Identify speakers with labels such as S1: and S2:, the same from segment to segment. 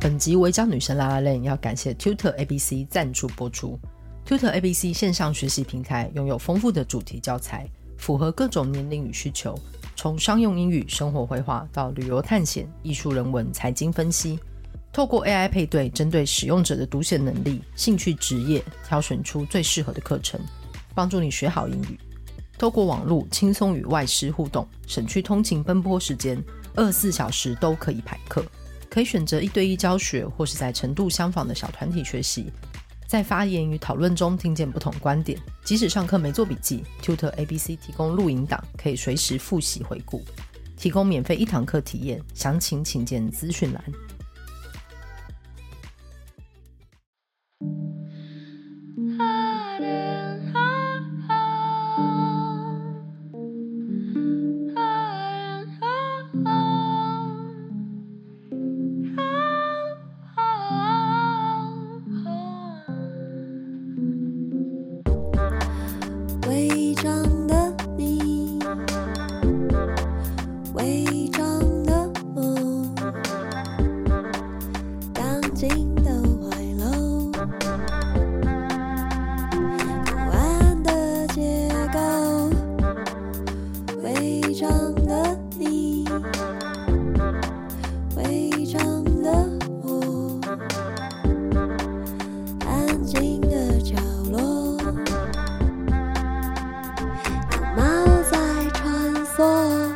S1: 本集《违章女神拉拉链》要感谢 Tutor ABC 赞助播出。Tutor ABC 线上学习平台拥有丰富的主题教材，符合各种年龄与需求，从商用英语、生活绘画到旅游探险、艺术人文、财经分析，透过 AI 配对，针对使用者的读写能力、兴趣、职业，挑选出最适合的课程，帮助你学好英语。透过网络轻松与外师互动，省去通勤奔波时间，二四小时都可以排课。可以选择一对一教学，或是在程度相仿的小团体学习，在发言与讨论中听见不同观点。即使上课没做笔记，Tutor ABC 提供录影档，可以随时复习回顾，提供免费一堂课体验。详情请见资讯栏。
S2: 伪装的你，伪装的我，钢筋的怀楼，不安的结构，伪装的你，伪装的我，安静的角落。猫在穿梭。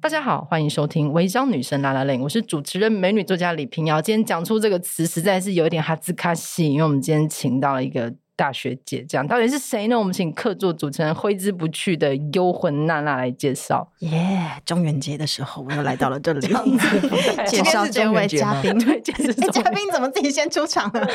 S1: 大家好，欢迎收听《违章女神拉拉链》，我是主持人美女作家李平遥。今天讲出这个词实在是有一点哈兹卡西，因为我们今天请到了一个大学姐，这样到底是谁呢？我们请客座主持人挥之不去的幽魂娜娜来介绍。
S3: 耶中元节的时候，我又来到了 这里，
S1: 今
S3: 介
S1: 天
S3: 绍
S1: 是
S3: 这
S1: 中
S3: 位
S1: 元节吗
S3: 嘉宾。
S1: 对，就是
S3: 哎，
S1: 中
S3: 嘉宾怎么自己先出场 了？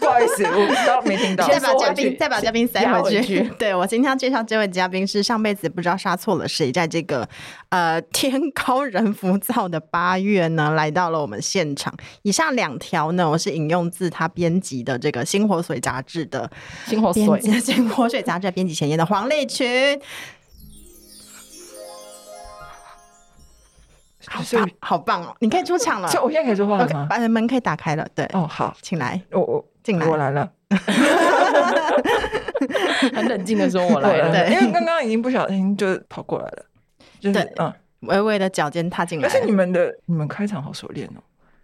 S4: 不好意思，我刚没听 到。
S3: 再把
S1: 收回
S3: 嘉
S1: 去
S3: 宾再把嘉宾塞
S1: 压
S3: 回
S1: 回
S3: 去。
S1: 去
S3: 对我今天要介绍这位嘉宾是上辈子不知道杀错了谁，在这个呃 天高人浮躁的八月呢，来到了我们现场。以上两条呢，我是引用自他编辑的这个《星火水》杂志的
S1: 星火
S3: 编辑
S1: 水，
S3: 《星火水》杂志的编辑前言的黄立群。好
S4: 所
S3: 棒
S4: 以，
S3: 好棒哦！你可以出场了。
S4: 所以我现在可以说话了
S3: OK，
S4: 吗？
S3: 把门可以打开了，对，
S4: 哦，好，
S3: 请来。
S4: 我我
S3: 进来
S4: 我来了，
S1: 很冷静的说：“我来了。
S3: 对
S4: 因为刚刚已经不小心就跑过来了，就是
S3: 对
S4: 嗯，
S3: 微微的脚尖踏进来
S4: 而
S3: 了，
S4: 且你们的你们开场好熟练哦，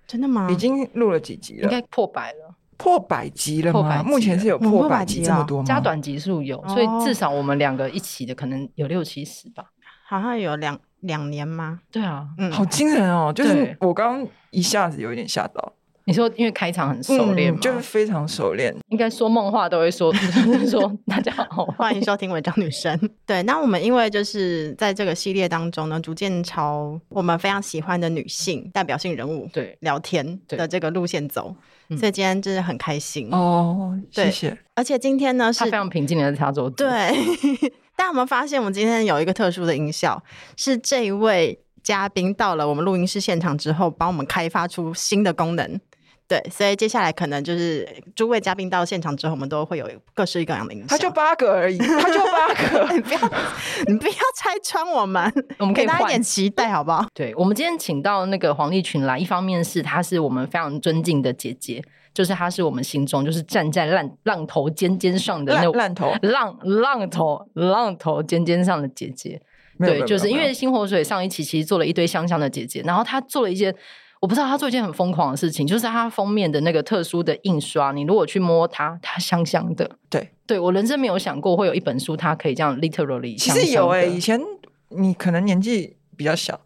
S3: 真的吗？
S4: 已经录了几集
S1: 应
S4: 了？
S1: 该破百
S3: 哦
S1: 了，
S4: 破百集了
S1: 破百集
S4: 吗？
S1: 了
S4: 目前是有
S3: 我们
S4: 破
S3: 破百
S4: 百集
S3: 集
S4: 这么
S3: 了
S4: 多吗？
S1: 加短集数有，
S3: 哦
S1: 所以至少我们两个一起的可能有六七十吧。
S3: 好像有两两年吗？
S1: 对啊，
S3: 嗯，
S4: 好惊人哦！就是
S1: 对
S4: 我刚刚一下子有一点吓到，
S1: 你说因为开场很熟练嘛，
S4: 嗯就是非常熟练。
S1: 应该说梦话都会说， 就是说大家好，
S3: 欢迎收听《伪装女生》。 对，那我们因为就是在这个系列当中呢，逐渐朝我们非常喜欢的女性代表性人物
S1: 对，
S3: 聊天
S1: 对
S3: 的这个路线走，
S1: 嗯
S3: 所以今天真的很开心。
S4: 哦，谢
S3: 嗯对
S4: 谢。
S3: 而且今天呢
S1: 他
S3: 是
S1: 非常平静的在插桌子，
S3: 对， 但我们发现我们今天有一个特殊的音效，是这一位嘉宾到了我们录音室现场之后，帮我们开发出新的功能。对，所以接下来可能就是诸位嘉宾到现场之后，我们都会有各式各样的音效。
S4: 他就八个而已，他就八个。
S3: 你不要，你不要拆穿我们，
S1: 我们可
S3: 给
S1: 以
S3: 大家一
S1: 换
S3: 点。期待好不好？
S1: 对，我们今天请到那个黄立群来，一方面是她是我们非常尊敬的姐姐，就是她是我们心中就是站在浪浪头尖尖上的那
S4: 烂烂头，
S1: 浪浪头浪头尖尖上的姐姐。
S4: 没有没
S1: 对，
S4: 有
S1: 就是
S4: 没有
S1: 因
S4: 没有
S1: 为星火水上一期其实做了一堆香香的姐姐，然后她做了一件。我不知道她做一件很疯狂的事情，就是她封面的那个特殊的印刷，你如果去摸它，它香香的。
S4: 对，
S1: 对我人生没有想过会有一本书，它可以这样 literally
S4: 其
S1: 香香的。
S4: 实有哎、以前你可能年纪比较小，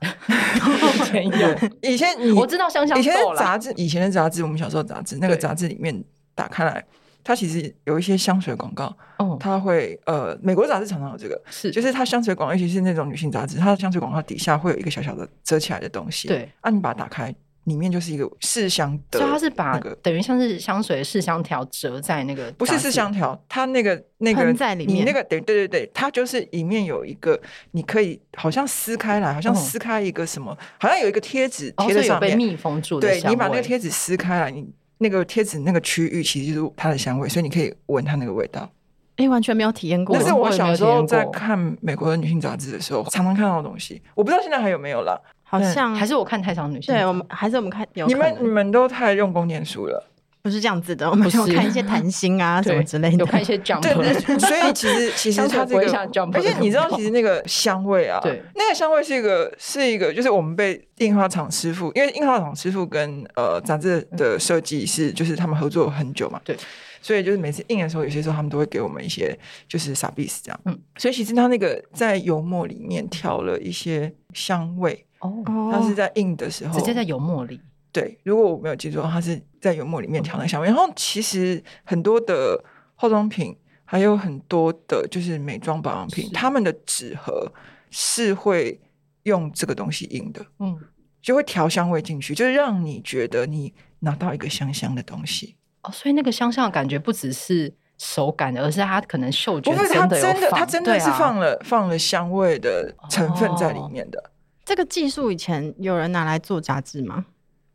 S1: 以前有，
S4: 以前你
S1: 我知道香香
S4: 以前
S1: 豆
S4: 的
S1: 啦，
S4: 杂志，以前的杂志，我们小时候的杂志，那个
S1: 对
S4: 杂志里面打开来，它其实有一些香水广告，
S1: 哦，
S4: 它会呃，美国杂志常常有这个，
S1: 是，
S4: 就是它香水广告，尤其是那种女性杂志，它的香水广告底下会有一个小小的遮起来的东西，，
S1: 对，
S4: 啊，你把它打开，里面就是一个试香的，
S1: 所以它是把
S4: 那个
S1: 等于像是香水的试香条折在那个
S4: 不是
S1: 杂
S4: 是
S1: 志
S4: 香条，它那个那个
S3: 喷在里
S4: 你
S3: 面
S4: 那个对对对对，它就是里面有一个你可以好像撕开来，好
S1: 嗯
S4: 像撕开一个什么，好像有一个贴纸
S1: 哦，
S4: 贴
S1: 所
S4: 在
S1: 以有
S4: 上
S1: 被
S4: 面，
S1: 密封住的
S4: 对
S1: 香
S4: 你把那
S1: 味
S4: 个贴纸撕开来，你那个贴纸那个区域其实就是它的香味，所以你可以闻它那个味道。
S3: 哎、哎，完全没有体验过。
S4: 但是
S1: 我也
S4: 我
S1: 没
S4: 小
S1: 有
S4: 时候
S1: 体验
S4: 在
S1: 过
S4: 看美国的女性杂志的时候，常常看到的东西，我不知道现在还有没有啦。
S3: 好像
S1: 还是我看太长女性，
S3: 对我们还是我们看有
S4: 你
S3: 可
S4: 们
S3: 能
S4: 你们都太用功念书了，
S3: 不是这样子的，我们
S1: 是
S3: 有看一些谈心啊 什么之类
S1: 有
S3: 的。
S1: 看 一些 jump，
S4: 对， 所以其实其实
S1: 香水
S4: 它
S1: 不
S4: 这
S1: 会
S4: 个
S1: 像 Jump
S4: 而且
S1: 的
S4: 你知道，
S1: 味道
S4: 其实那个香味啊，
S1: 对，
S4: 那个香味是一个是一个，就是我们被印花厂师傅，因为印花厂师傅跟呃杂志的设计师，就是他们合作很久嘛，
S1: 对，
S4: 所以就是每次印的时候，有些时候他们都会给我们一些就是傻逼死这样，
S1: 嗯
S4: 嗯，所以其实他那个在油墨里面调了一些香味，
S1: 哦，
S3: 哦
S4: 他是在印的时候
S1: 直接在油墨里，
S4: 对，如果我没有记错，它是在油墨里
S1: 嗯
S4: 面调的香味。然后其实很多的化妆品，还有很多的就是美妆保养品
S1: 是，
S4: 他们的纸盒是会用这个东西印的，
S1: 嗯，
S4: 就会调香味进去，就是让你觉得你拿到一个香香的东西。
S1: 哦，所以那个香香的感觉不只是手感的，而是它可能嗅觉
S4: 不是，它
S1: 的
S4: 真
S1: 有
S4: 的，
S1: 放，
S4: 它真
S1: 对
S4: 的是
S1: 啊哦
S4: 放了、放了香味的成分在里面的，
S3: 这个技术以前有人拿来做杂志吗？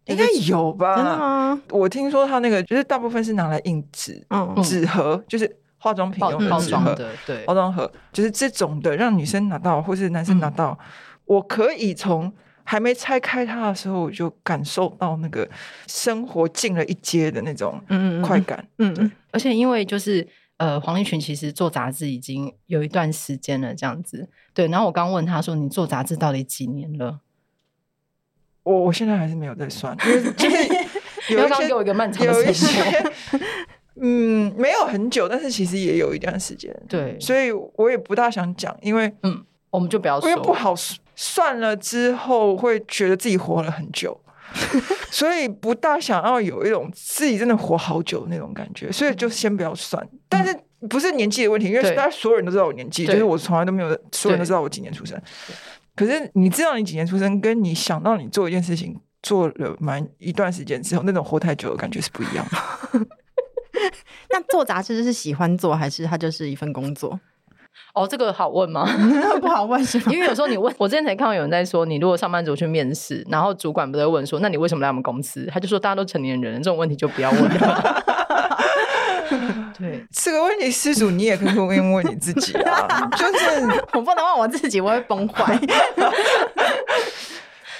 S4: 应该有吧？
S3: 真的吗？
S4: 我听说它那个就是大部分是拿来印纸、
S3: 嗯，
S4: 纸盒，就是化妆品
S1: 包
S4: 用的哦
S1: 包
S4: 纸
S1: 装
S4: 盒。
S1: 的，对
S4: 包，装盒，就是这种的，让女生拿到或是男
S1: 嗯
S4: 生拿到，我可以从还没拆开它的时候，我就感受到那个生活进了一阶的那种
S3: 嗯嗯嗯
S4: 快感。
S3: 嗯嗯，
S1: 而且因为就是呃，黄立群其实做杂志已经有一段时间了，这样子。对，然后我刚问他说：“你做杂志到底几年了
S4: 我我现在还是没有在算，因为就是
S1: 你
S4: 有
S1: 要
S4: 一
S1: 刚
S4: 些
S1: 给我一个漫长的
S4: 有一
S1: 时间
S4: 些嗯，没有很久，但是其实也有一段时间。？”
S1: 对，
S4: 所以我也不大想讲，因为
S1: 我们就不要
S4: 因
S1: 说
S4: 为不好算了之后，会觉得自己活了 很久，所以不大想要有一种自己真的活好久的那种感觉，所以就先不要算。但是不是年纪的问题，因为
S1: 嗯对
S4: 大家所有人都知道我年纪，
S1: 对
S4: 就是我从来都没有，所有人都知道我几年出生。可是你知道你几年出生，跟你想到你做一件事情做了蛮一段时间之后，那种活太久的感觉是不一样的。
S3: 那做杂志是喜欢做，还是它就是一份工 作？
S1: 哦，这个好问 吗？
S3: 不好问是吗？
S1: 因为有时候你问我之前才看到有人在说，你如果上班族去面试，然后主管不是会问说，那你为什么来我们公司？他就说大家都成年人了，这种问题就不要问了。 对，
S4: 这个问题，施主你也可以问问你自己 啊，就是
S3: 我不能问我自己，我会崩坏。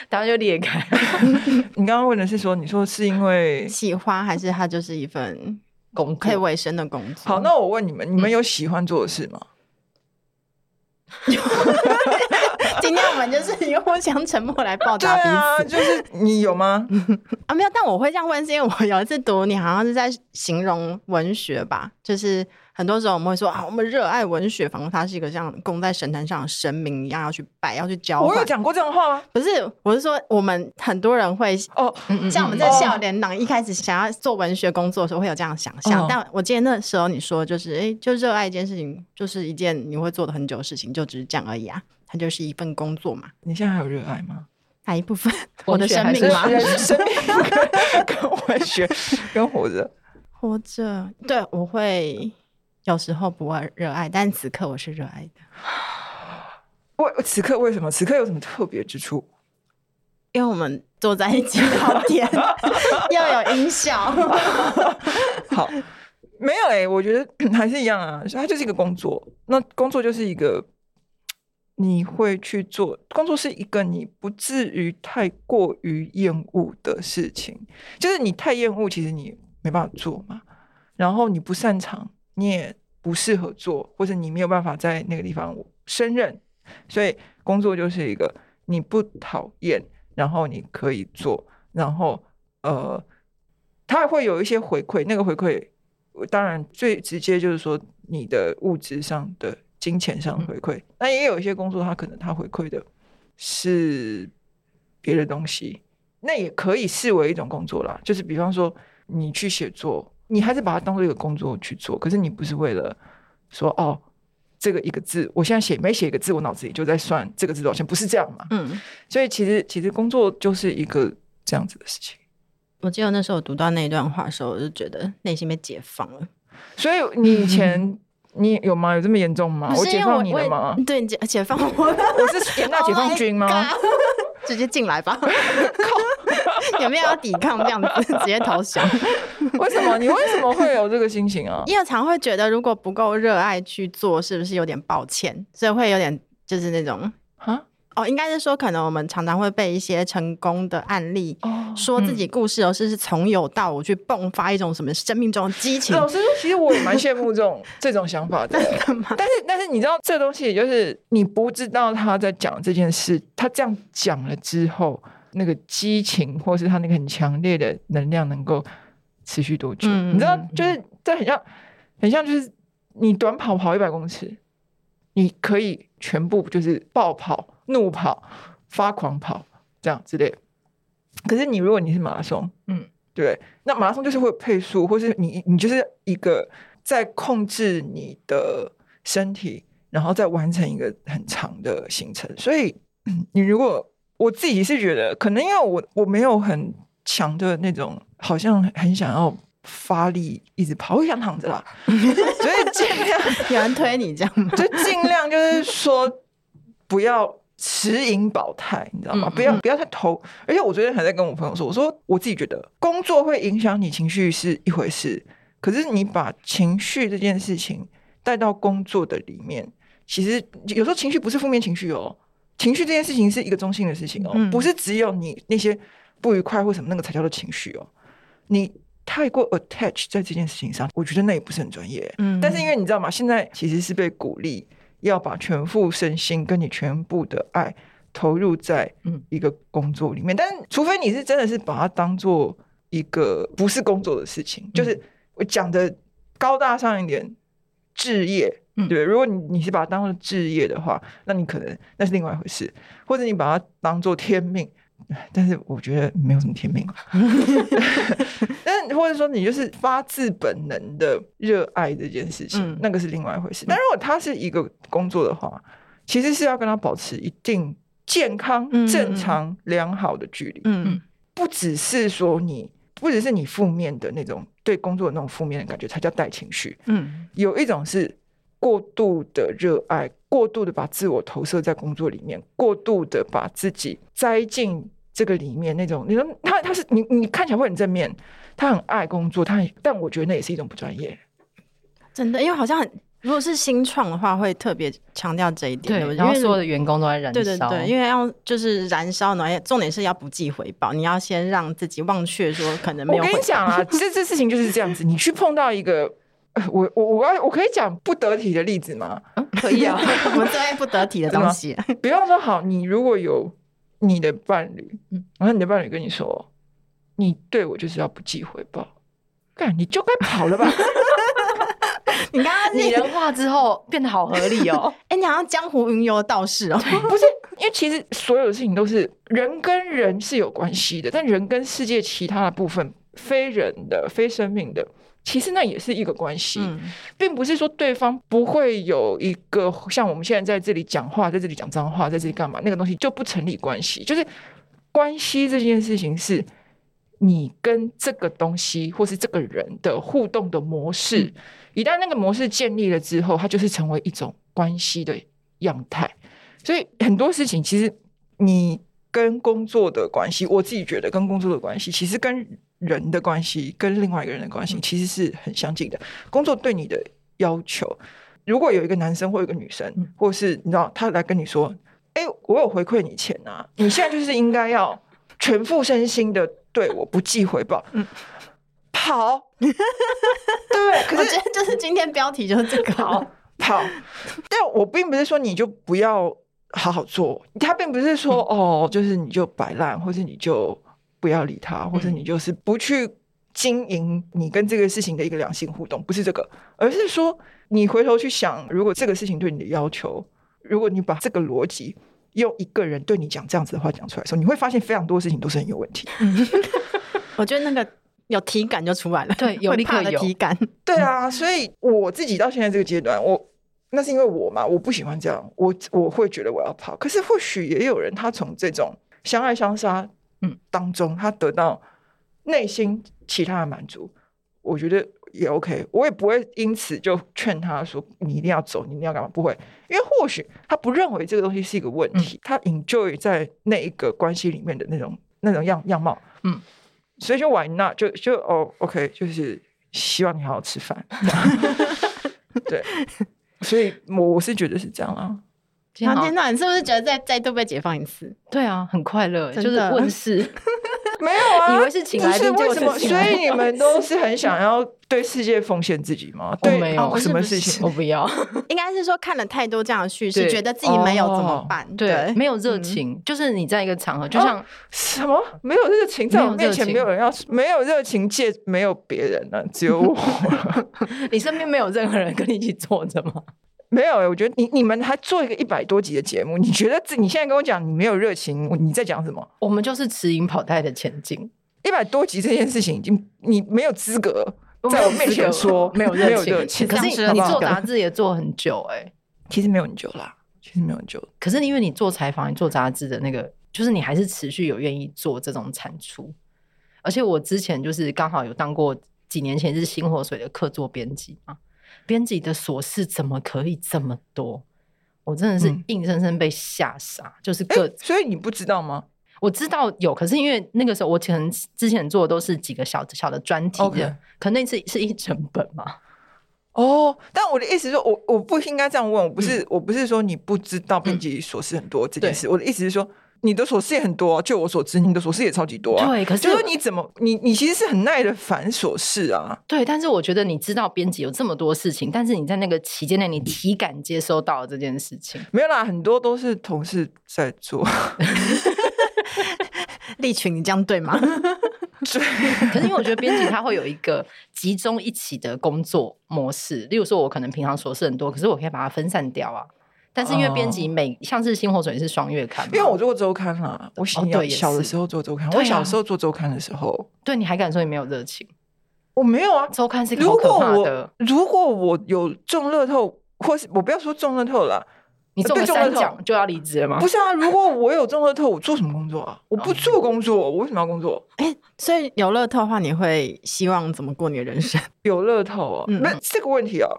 S1: 大家就裂开。
S4: 你刚刚问的是说，你说是因为
S3: 喜欢还是它就是一份
S1: 工作
S3: 可以为生的工作？
S4: 好，那我问你们，
S3: 嗯
S4: 你们有喜欢做的事吗？
S3: 今天我们就是用互相沉默来报
S4: 对
S3: 答彼此
S4: 啊，就是你有吗？
S3: 啊，没有，但我会这样问，是因为我有一次读你好像是在形容文学吧，就是很多时候我们会说啊，我们热爱文学，仿佛它是一个像供在神坛上的神明一样，要去拜，要去交
S4: 我有
S3: 换。
S4: 讲过这种话吗？
S3: 不是，我是说我们很多人会。
S4: 哦，
S3: 像我们在
S4: 嗯嗯
S3: 笑脸党一开始想要做文学工作的时候，会有这样的想象。
S4: 哦
S3: 但我记得那时候你说，就是哎、诶就热爱一件事情，就是一件你会做的很久的事情，就只是这样而已啊。它就是一份工作嘛，
S4: 你现在还有热爱吗？
S3: 哪一部分？我
S1: 文
S3: 的
S1: 学
S3: 生
S1: 还
S3: 命
S1: 是
S3: 吗？
S4: 生命跟文学跟活着，
S3: 活着，对我会有时候不会热爱，但此刻我是热爱的，
S4: 为此刻为什么？此刻有什么特别之处？
S3: 因为我们坐在一起聊天， 又有音 效，
S4: 好，没有哎、我觉得 还是一样啊，它就是一个工作。那工作就是一个你会去做，工作是一个你不至于太过于厌恶的事情。就是你太厌恶，其实你没办法做嘛。然后你不擅长，你也不适合做，或者你没有办法在那个地方胜任。所以工作就是一个你不讨厌，然后你可以做，然后呃，它会有一些回馈，那个回馈呃当然最直接就是说你的物质上的、金钱上的回馈。那、也有一些工作，它可能它回馈的是别的东西，那也可以视为一种工作啦。就是比方说你去写作，你还是把它当做一个工作去做，可是你不是为了说哦。这个一个字，我现在写每写一个字，我脑子里就在算这个字多少钱，不是这样嘛？
S3: 嗯。
S4: 所以其实其实工作就是一个这样子的事情。
S3: 我记得那时候我读到那一段话的时候，我就觉得内心被解放了。
S4: 所以你以前你有吗？有这么严重吗？
S3: 不
S4: 哦我
S3: 是因
S4: 解
S3: 为
S4: 放你
S3: 我
S4: 了吗
S3: 也？对，解解放我了，
S4: 我是严大解放军吗？
S3: 直接进来吧，有没有要抵抗这样子，直接投降？
S4: 为什么？你为什么会有这个心情啊？
S3: 因为常会觉得，如果不够热爱去做，是不是有点抱歉？所以会有点就是那种
S4: 啊，
S3: 哦，应该是说，可能我们常常会被一些成功的案例。
S4: 哦
S3: 说自己故事，而是是从有到无去迸发一种什么生命中的激
S1: 嗯
S3: 情。
S4: 老实说，其实我也蛮羡慕这种这种想法的。但是，但是你知道，这东西也就是你不知道他在讲这件事，他这样讲了之后，那个激情或是他那个很强烈的能量能够持续多久？
S3: 嗯
S4: 你知道
S3: 嗯，
S4: 就是这很像，很像就是你短跑跑一百公尺，你可以全部就是暴跑、怒跑、发狂跑这样之类的。可是你如果你是马拉松，
S1: 嗯，
S4: 对，那马拉松就是会有配速，或是你你就是一个在控制你的身体，然后再完成一个很长的行程。所以嗯你如果我自己是觉得，可能因为我我没有很强的那种，好像很想要发力一直跑，我想躺着啦，所以尽量
S3: 有人推你这样吗？
S4: 就尽量就是说不要持盈保泰，你知道吗？
S1: 嗯嗯
S4: 不要不要太投。而且我昨天还在跟我朋友说，我说我自己觉得工作会影响你情绪是一回事，可是你把情绪这件事情带到工作的里面，其实有时候情绪不是负面情绪哦，情绪这件事情是一个中性的事情哦，
S3: 嗯
S4: 不是只有你那些不愉快或什么那个才叫做情绪哦，你。太过 attach 在这件事情上，我觉得那也不是很专业。
S3: 嗯
S4: 但是因为你知道吗？现在其实是被鼓励要把全副身心跟你全部的爱投入在
S1: 嗯
S4: 一个工作里面，但除非你是真的是把它当做一个不是工作的事情，
S3: 嗯
S4: 就是我讲的高大上一点，置业。
S1: 嗯
S4: 对，如果你你是把它当做置业的话，那你可能那是另外一回事，或者你把它当做天命，但是我觉得没有什么天 命啊。但或者说你就是发自本能的热爱这件事情，
S3: 嗯
S4: 那个是另外一回事。但如果它是一个工作的话，其实是要跟它保持一定健康
S3: 嗯嗯、嗯
S4: 正常、良好的距离，
S3: 嗯
S4: 不只是说你，不只是你负面的那种对工作的那种负面的感觉才叫带情绪，
S3: 嗯
S4: 有一种是过度的热爱，过度的把自我投射在工作里面，过度的把自己栽进这个里面那种。你说他他是你你看起来会很正面，他很爱工作，他很但我觉得那也是一种不专业。
S3: 真的，因为好像很，如果是新创的话，会特别强调这一点，
S1: 对，
S3: 不
S1: 然后
S3: 因为
S1: 所有的员工都在燃烧，
S3: 对对对，因为要就是燃烧呢，也重点是要不计回报，你要先让自己忘却说可能没
S4: 我
S3: 有回
S4: 跟你讲啊，这这事情就是这样子，你去碰到一个。呃我我我要我可以讲不得体的例子吗？
S3: 可以啊，我们最爱不得体的东西。
S4: 比方说，好，你如果有你的伴侣，
S1: 嗯
S4: 然后你的伴侣跟你说，你对我就是要不计回报，干你就该跑 了吧？
S3: 你刚刚
S1: 拟
S3: 你
S1: 人化之后变得好合理 哦。
S3: 哎，你好像江湖云游的道士哦。
S4: 不是，因为其实所有的事情都是人跟人是有关系的，但人跟世界其他的部分，非人的、非生命的，其实那也是一个关系，
S3: 嗯
S4: 并不是说对方不会有一个像我们现在在这里讲话，在这里讲脏话，在这里干嘛，那个东西就不成立关系。就是关系这件事情是。你跟这个东西或是这个人的互动的模式，一旦那个模式建立了之后，它就是成为一种关系的样态。所以很多事情其实你跟工作的关系，我自己觉得跟工作的关系，其实跟人的关系，跟另外一个人的关系，其实是很相近的。工作对你的要求，如果有一个男生或一个女生
S1: 嗯，
S4: 或是你知道他来跟你说：“哎、我有回馈你钱啊，你现在就是应该要全副身心的对我不计回报。”
S3: 嗯
S4: 跑，对，可
S3: 我
S4: 是
S3: 觉得就是今天标题就是这个，哦
S4: 好，但我并不是说你就不要好好做，他并不是说、哦，就是你就摆烂，或是你就不要理他，或者你就是不去经营你跟这个事情的一个良性互动，不是这个，而是说你回头去想，如果这个事情对你的要求，如果你把这个逻辑。用一个人对你讲这样子的话讲出来的时候，你会发现非常多事情都是很有问题的。
S3: 我觉得那个有体感就出来了，
S1: 对有
S3: 会
S1: 立刻
S3: 怕的
S1: 有
S3: 体感。
S4: 对啊，所以我自己到现在这个阶段，我那是因为我嘛，我不喜欢这样，我我会觉得我要跑。可是或许也有人他从这种相爱相杀
S1: 嗯
S4: 当中，他得到内心其他的满足，我觉得也 OK。我也不会因此就劝他说你一定要走，你一定要干嘛，不会，因为或许他不认为这个东西是一个问题，他 enjoy 在那一个关系里面的那种那种样样貌，
S1: 嗯，
S4: 所以就 why not 就就哦 OK，就是希望你好好 吃饭，对，所以我我是觉得是这样啊，
S3: 然后
S1: 好
S3: 天哪，你是不是觉得再再度被解放一次？
S1: 对啊，很快乐，
S3: 真的
S1: 就是问 世，
S4: 没有啊，
S1: 以为是请
S4: 不
S1: 来
S4: 是
S1: 宾，结
S4: 为
S1: 果
S4: 什么？
S1: 是请
S4: 所
S1: 来
S4: 以
S1: 宾。
S4: 你们都是很想要对世界奉献自己吗？对，
S1: 没有
S4: 哦什么事
S3: 是
S4: 情？
S1: 我不 要，
S3: 应该是说看了太多这样的叙事，
S1: 对
S3: 觉得自己没有怎么
S4: 哦
S3: 办？
S1: 对，没有
S3: 嗯
S1: 热情，就是你在一个场合，就
S4: 哦
S1: 像
S4: 什么？没有热情，在我
S1: 没有热
S4: 面
S1: 情
S4: 前没有人要，没有热情界没有别人了、只有我 了。
S1: 你身边没有任何人跟你一起坐着吗？
S4: 没有、欸，我觉得你你们还做一个一百多集的节目，你觉得自你现在跟我讲你没有热情，你在讲什么？
S1: 我们就是持盈跑态的前 进，
S4: 一百多集这件事情已经你没有资格在我面前说
S1: 没有
S4: 没
S1: 热
S4: 有热
S1: 情。
S4: 情，
S1: 可
S3: 丧
S1: 是
S3: 失
S1: 你
S3: 了
S1: 你
S4: 好不好
S1: 做杂志也做很久哎，
S4: 其实没有很久啦，其实没有很久。
S1: 可是因为你做采访，你做杂志的那个，就是你还是持续有愿意做这种产出。而且我之前就是刚好有当过几年前是新火水的客座编辑嘛，编辑的琐事怎么可以这么多？我真的是
S4: 嗯
S1: 硬生生被吓傻，就是
S4: 哎、
S1: 各、
S4: 所以你不知道吗？
S1: 我知道有，可是因为那个时候我可能之前做的都是几个小小的专题的
S4: OK
S1: 可那次是一整本嘛，
S4: 哦，但我的意思是说，我我不应该这样问，我不
S1: 嗯
S4: 是、我不是说你不知道编辑琐事很多这件事，我的意思是说，你的琐事也很多、啊，就我所知，你的琐事也超级多、啊。
S1: 对可是
S4: 就说你怎么，你你其实是很耐得烦琐事啊。
S1: 对。但是我觉得你知道编辑有这么多事情，但是你在那个期间内，你体感接收到了这件事情，
S4: 没有啦，很多都是同事在做，
S3: 立群，你这样对 吗？
S4: 对，
S1: 可是因为我觉得编辑 他会有一个集中一起的工作模式，例如说，我可能平常琐事很多，可是我可以把它分散掉啊。但是因为编辑每、像是新火水是双月刊嘛，
S4: 哦因为我做过周刊啦，我小、
S1: 哦对也
S4: 小的
S1: 是
S4: 时候做周刊，
S1: 对啊
S4: 我小时候做周刊的时候，
S1: 对你还敢说你没有热情？
S4: 我没有啊，
S1: 周刊是一个
S4: 如
S1: 好可
S4: 果
S1: 怕的
S4: 我，如果我有中乐透，或是我不要说中乐透啦，
S1: 你中了
S4: 对中
S1: 三
S4: 了头
S1: 奖就要离职了吗？
S4: 不是啊，如果我有中乐透，我做什么工作啊？我
S1: 哦
S4: 不做工作，我为什么要工作？
S3: 哎、所以有乐透的话，你会希望怎么过你的人生？
S4: 有乐透哦，
S3: 嗯
S4: 那这个问题哦，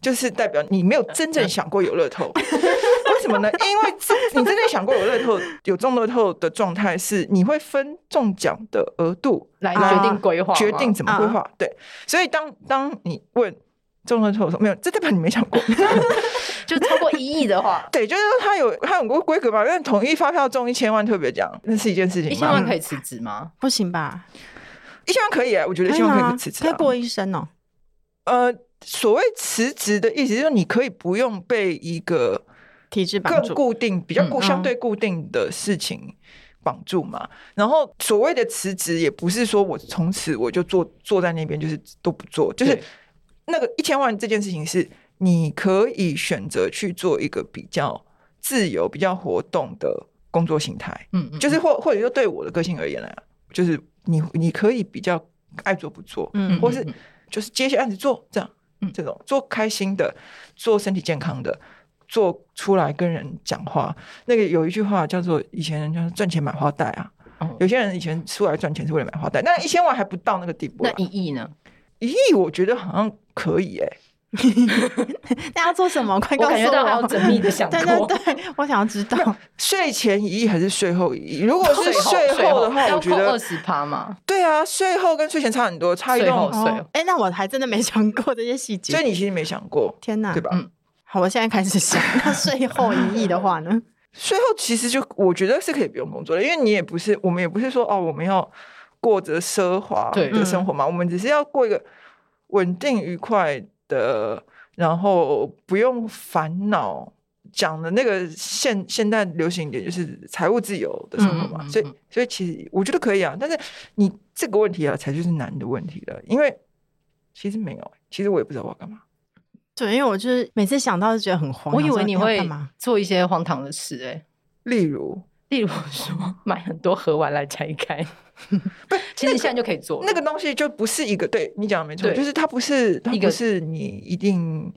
S4: 就是代表你没有真正想过有乐 透。为什么呢？因为这你真正想过有乐透、有中乐透的状态是，你会分中奖的额度
S1: 来
S3: 啊
S1: 决定规划吗，嗯
S4: 决定怎么规划。对，所以当当你问中乐透的时候，没有，这代表你没想 过。，
S1: 就超过一亿的话
S4: 对，就是说它有它有个规格嘛，但统一发票中一千万特别奖，那是一件事情
S1: 一
S4: 嘛。
S1: 千万可
S4: 以，
S1: 以辞职吗？
S3: 不行吧？
S4: 一千万可以啊，我觉得一千万可以辞职、啊，
S3: 可以过一生哦。
S4: 呃，所谓辞职的意思，就是你可以不用被一个
S3: 体制绑
S4: 更
S3: 住，
S4: 固定、比较
S1: 嗯
S4: 固、
S3: 嗯
S4: 相对固定的事情绑住嘛。然后所谓的辞职，也不是说我从此我就坐坐在那边，就是都不做，就是
S1: 对
S4: 那个一千万这件事情是你可以选择去做一个比较自由、比较活动的工作形态。
S1: 嗯，嗯
S4: 就是或或者说对我的个性而言呢，就是你你可以比较爱做不做，
S3: 嗯
S4: 或是
S1: 嗯嗯
S4: 就是接些案子做这样，
S1: 嗯
S4: 这种做开心的，做身体健康的，做出来跟人讲话。那个有一句话叫做以前人家说赚钱买花袋啊
S1: 哦，
S4: 有些人以前出来赚钱是为了买花袋，但一千万还不到那个地步
S1: 那
S4: 啦。
S1: 一亿呢？
S4: 一亿我觉得好像可以哎、
S3: 那要做什么？快
S1: 我
S3: 告诉
S1: 感觉到还有
S3: 我！
S1: 缜密的想过，
S3: 对对对，我想要知 道。
S4: 税前一亿还是税后一亿？如果是
S1: 税后
S4: 税后的话，
S1: 要
S4: 我觉得
S1: 二十趴嘛，
S4: 对啊，税后跟税前差很多，差一
S1: 税
S4: 栋
S1: 后税
S3: 哦，哎、那我还真的没想过这些细节。
S4: 所以你其实没想过，
S3: 天哪
S4: 对！吧？
S1: 嗯
S3: 好，我现在开始 想，那税后一亿的话呢？
S4: 税后其实就我觉得是可以不用工作的，因为你也不是我们也不是说哦我们要过着奢华
S1: 对嗯
S4: 的生活嘛，我们只是要过一个稳定愉快的，然后不用烦恼。讲的那个现现代流行一点就是财务自由的生活
S1: 嗯
S4: 嘛，
S1: 嗯嗯
S4: 所以
S1: 嗯
S4: 所以其实我觉得可以啊，但是你这个问题啊才就是难的问题了，因为其实没有，其实我也不知道我要干嘛。
S3: 对，因为我就是每次想到就觉得很慌。
S1: 我以
S3: 想
S1: 为
S3: 说
S1: 你
S3: 要
S1: 会
S3: 干嘛？
S1: 做一些荒唐的事哎、
S4: 例如，
S1: 例如说买很多盒碗来拆开， 其实现在就可以做了
S4: 那个东西就不是一个，对你讲的没错，
S1: 对
S4: 就是它不是，它
S1: 一个
S4: 不是你一定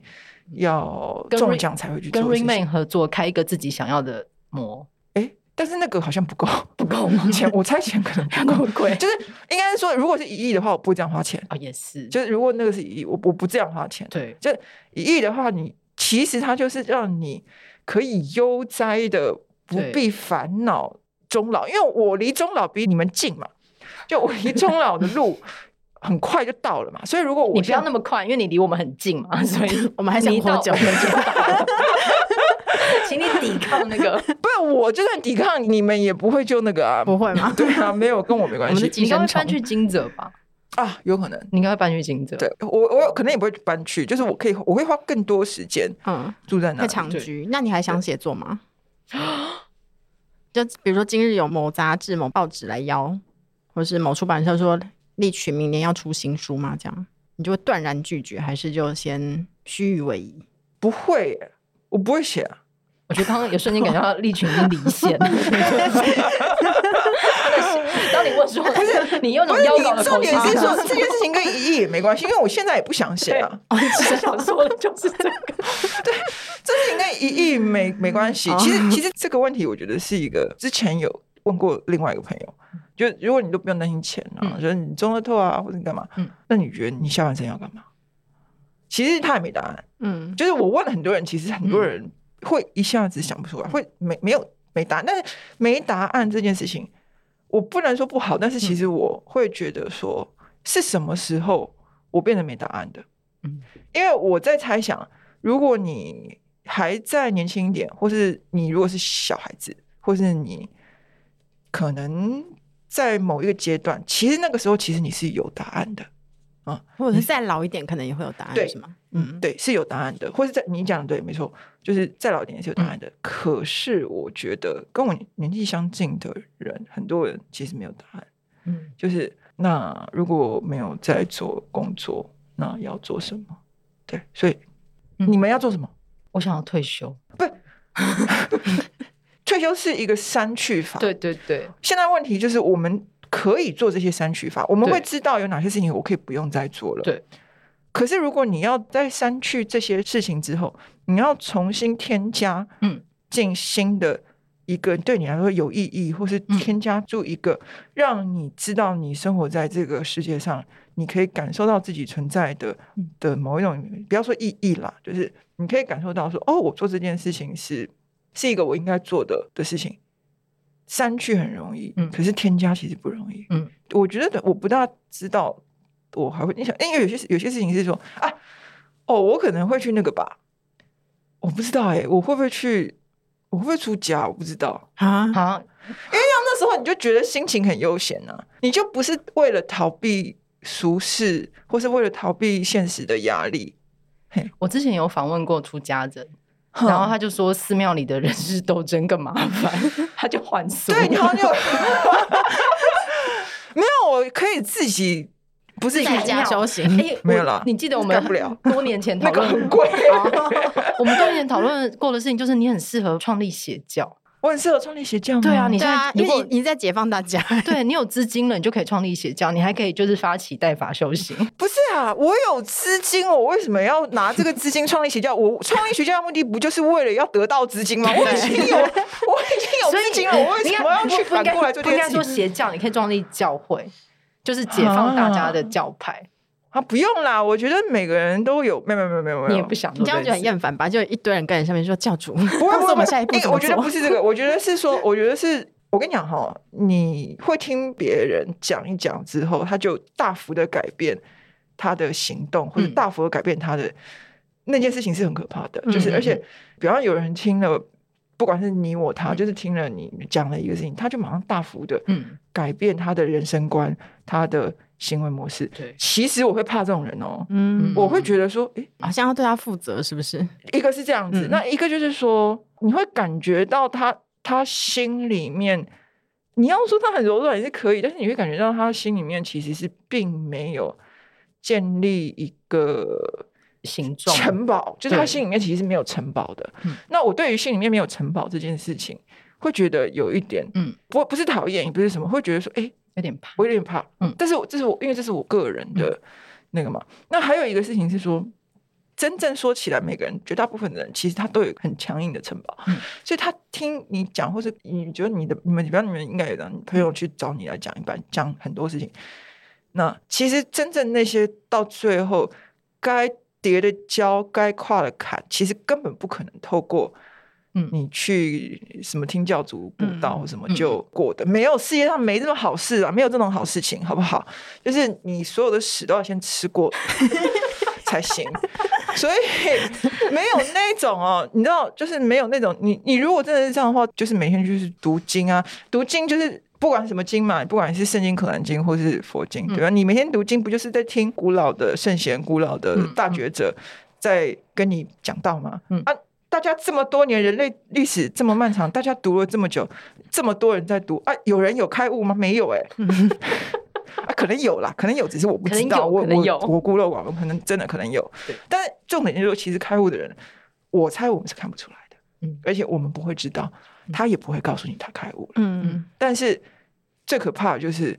S4: 要
S1: 跟
S4: 中
S1: Rain-
S4: 奖才会去
S1: 跟
S4: 做的事
S1: Rain
S4: 情。
S1: Man 合作开一个自己想要的模，
S4: 哎，但是那个好 像不够，
S1: 不够吗？
S4: 钱我猜钱可能
S1: 那
S4: 不够
S1: 么，贵
S4: 就是应该是说，如果是一亿的话，我不会这样花钱。
S5: 哦
S1: 啊，也是，
S4: 就是如果那个是一亿，我我不这样花钱。
S1: 对，
S4: 就一亿的话，你其实它就是让你可以悠哉的，不
S1: 对
S4: 必烦恼中老，因为我离中老比你们近嘛，就我离中老的路很快就到了嘛，所以如果我
S5: 你不
S4: 现
S5: 要
S4: 在
S5: 那么快，因为你离我们很近 嘛，所以
S3: 我们还想
S5: 你一
S3: 活
S5: 到
S3: 久
S5: 我们就到请你抵抗那个。
S4: 不是我就算抵抗你们也不会就那个啊，
S3: 不会吗？
S4: 对啊，没有跟我没
S5: 我
S4: 关
S5: 们
S4: 系
S5: 的寄生
S4: 虫
S5: 搬去金泽吧，
S4: 啊，有可能。
S5: 你应该会搬去金泽。
S4: 对我，我有可能也不会搬去，就是我可以，我会花更多时间
S3: 嗯，
S4: 住在那
S3: 会
S4: 里。
S3: 长
S5: 对
S3: 居。那你还想写作吗？ 就比如说今日有某杂志、某报纸来邀，或是某出版社说力取明年要出新书吗？这样你就会断然拒绝，还是就先虚与委蛇？
S4: 不会耶，我不会写啊。
S5: 我觉得刚刚有瞬间感觉到 利 群已经离线了。当你问说，不是你用那
S4: 不
S5: 种
S4: 是
S5: 妖娆
S4: 你
S5: 的
S4: 重
S5: 口气
S4: 点是
S5: 讲，
S4: 说这件事情跟一亿也没关系，因为我现在也不想写啊。
S5: 我想说的就是这个。
S4: 这事情跟一亿没没关系
S3: 哦。
S4: 其实其实这个问题，我觉得是一个之前有问过另外一个朋友，就如果你都不用担心钱啊，
S5: 嗯
S4: 就是你中了透啊，或者你干嘛，
S5: 嗯
S4: 那你觉得你下半生要干嘛？其实他也没答案。
S3: 嗯，
S4: 就是我问了很多人，其实很多人会一下子想不出来，会没没有没答案。但是没答案这件事情，我不能说不好，但是其实我会觉得说，是什么时候我变得没答案的？
S5: 嗯
S4: 因为我在猜想，如果你还再年轻一点，或是你如果是小孩子，或是你可能在某一个阶段，其实那个时候其实你是有答案的。
S3: 或者是再老一点，可能也会有答
S4: 对
S3: 案，是吗？
S4: 嗯，，对，是有答案的，或是在你讲的对，没错，就是再老一点也是有答案
S5: 嗯
S4: 的。可是我觉得跟我年纪相近的人，很多人其实没有答案。
S5: 嗯，
S4: 就是那如果没有在做工作，那要做什么？对，所以、
S5: 嗯
S4: 你们要做什么？
S5: 我想要退休。
S4: 退休是一个删去法。
S5: 对，对对，
S4: 现在问题就是我们可以做这些删去法，我们
S5: 对
S4: 会知道有哪些事情我可以不用再做了。
S5: 对。
S4: 可是，如果你要在删去这些事情之后，你要重新添加，
S5: 嗯，
S4: 进新的一个对你来说有意义，或是
S5: 嗯
S4: 添加注一个、让你知道你生活在这个世界上，你可以感受到自己存在的
S5: 嗯
S4: 的某一种，不要说意义啦，就是你可以感受到说，哦，我做这件事情是是一个我应该做的的事情。删去很容易，
S5: 嗯
S4: 可是添加其实不容易。
S5: 嗯，
S4: 我觉得我不大知道，我还会你想，因为有些事有些事情是说啊，哦，我可能会去那个吧，我不知道哎、我会不会去？我会不会出家？我不知道。
S3: 啊，
S5: 好，
S4: 那时候你就觉得心情很悠闲啊，你就不是为了逃避俗世，或是为了逃避现实的压力。
S5: 我之前有访问过出家人，
S4: 哼
S5: 然后他就说寺庙里的人事斗争更麻烦， 他就换俗。
S4: 对，你好像就 没有，我可以自己不是
S3: 在家修行。
S5: 哎
S4: 没有
S5: 我
S4: 啦
S5: 你记得我
S4: 干
S5: 们
S4: 不了
S5: 多年前
S4: 那
S5: 讨
S4: 个
S5: 论
S4: 很贵，
S5: 哦我们多年前讨论过的事情就是你很适合创立邪教。
S4: 我很适合创立鞋匠吗。
S5: 对啊，你
S3: 对
S5: 现
S3: 啊
S5: 在，
S3: 因
S5: 如
S3: 为
S5: 果
S3: 你你在解放大家，
S1: 哦
S5: 对你有资金了，你就可以创立邪教，你还可以就是发起代法修行。
S4: 不是啊，我有资金，哦我为什么要拿这个资金创立邪教？我创立邪教的目的不就是为了要得到资金吗？我已经有，我已经有
S5: 所以
S4: 资金了，我为
S5: 你
S4: 什
S5: 看
S4: 么要去
S5: 不不应
S4: 反
S5: 该
S4: 过来做这
S5: 不应
S4: 件
S5: 该说
S4: 事情？
S5: 邪教，你可以创立教会，就是解放大家的教派。
S4: 啊，不用啦，我觉得每个人都有，没有没有没有没有没有，
S5: 你也不想
S3: 你
S5: 做
S3: 这样就
S5: 类
S3: 很
S5: 似
S3: 厌烦吧？就有一堆人跟你上面说教 主，
S4: 不会，
S3: 告
S4: 不
S3: 诉
S4: 会
S3: 我们下一步
S4: 哎
S3: 怎
S4: 我
S3: 么
S4: 觉得
S3: 做
S4: 不。是这个，我觉得是说，我觉得是，我跟你讲哈，你会听别人讲一讲之后，他就大幅的改变他的行动，或者
S5: 嗯
S4: 大幅的改变他的、那件事情是很可怕的。就是
S5: 嗯
S4: 而
S5: 嗯
S4: 且，比方有人听了，不管是你我
S3: 嗯
S4: 他，就是听了你讲了一个事情，他就马上大幅的
S5: 嗯，
S4: 改变他的人生观，他的行为模式。
S5: 对
S4: 其实我会怕这种人哦。
S3: 嗯，
S4: 我会觉得说，诶，
S3: 好像要对他负责，是不是？
S4: 一个是这样子，
S3: 嗯
S4: 那一个就是说，你会感觉到他他心里面，你要说他很柔软也是可以，但是你会感觉到他心里面其实是并没有建立一个
S5: 行众
S4: 城堡，就是他
S5: 对
S4: 心里面其实是没有城堡的
S5: 嗯。
S4: 那我对于心里面没有城堡这件事情，会觉得有一点，
S5: 嗯，
S4: 不不是讨厌，也不是什么，会觉得说，诶。
S5: 有点怕。
S4: 我有点怕，
S5: 嗯
S4: 但是我这是我因为这是我个人的那个嘛。那还有一个事情是说，真正说起来，每个人绝大部分的人其实他都有一个很强硬的城堡，
S5: 嗯
S4: 所以他听你讲，或者你觉得你的你们，比方你们应该有让朋友去找你来讲一般讲很多事情。那其实真正那些到最后该叠的跤，该跨的坎，其实根本不可能透过
S1: 嗯
S4: 你去什么听教主布道
S3: 嗯
S4: 或什么
S1: 嗯
S4: 就过的，没有世界上没这种好事啊，没有这种好事情，好不好？ 就是你所有的屎都要先 吃过才行。所以没有那种哦，你知道，就是没有那种你你如果真的是这样的话，就是每天就是读经啊，读经就是不管什么经嘛，不管是圣经、可兰经或是佛经，
S3: 嗯
S4: 对吧？你每天读经不就是在听古老的圣贤、古老
S3: 嗯
S4: 的大觉者在跟你讲道吗？
S1: 嗯
S4: 啊，大家这么多年人类历史这么漫长，大家读了这么久，这么多人在读啊，有人有开悟吗？没有 哎、啊，可能有啦，可能有，只是我不
S5: 可
S4: 知
S5: 能
S4: 道，
S5: 有
S4: 我
S5: 可能
S4: 我
S5: 有
S4: 我孤陋寡闻，可能真的可能有。但重点就是说，其实开悟的人，我猜我们是看不出来的，
S1: 嗯
S4: 而且我们不会知道，他也不会告诉你他开悟了。
S3: 嗯，
S4: 但是最可怕的就是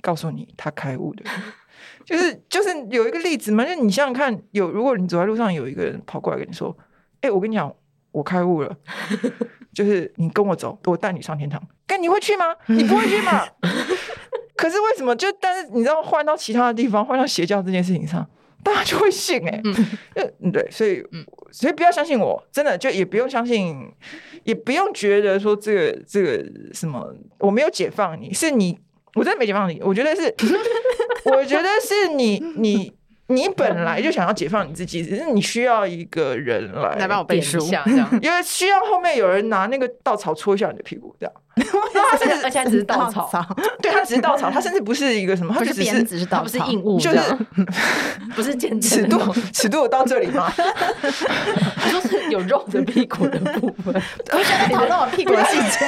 S4: 告诉你他开悟的 人，就是就是有一个例子嘛，就你想想看，有如果你走在路上有一个人跑过来跟你说：“哎、我跟你讲，我开悟了。” 就是你跟我走，我带你上天堂。但你会去吗？你不会去嘛？ 可是为什么？就但是你知道，换到其他的地方，换到邪教这件事情上，大家就会信哎、欸。嗯，对，所以
S1: 嗯
S4: 所以不要相信我，真的就也不用相信，也不用觉得说这个这个什么，我没有解放你，是你，我真的没解放你，我觉得是， 我觉得是你你你本来就想要解放你自己，只是你需要一个人来
S3: 来帮我背
S5: 点
S3: 书
S5: 一，下 这样，
S4: 因为需要后面有人拿那个稻草戳一下你的屁股，这样。
S5: 而且而且它只 是稻草，
S4: 对，它只是稻草，它甚至不是一个什么，它
S3: 不
S4: 就是只
S3: 鞭
S4: 是
S3: 子，是稻
S5: 它
S3: 草，
S5: 不是硬物，
S4: 就
S5: 这样
S4: 是
S5: 不是尖
S4: 尺
S5: 尖
S4: 度
S5: 的，
S4: 尺度有到这里吗？
S5: 就是有肉的屁股的部分，
S3: 不是在讨论 我屁股的细节。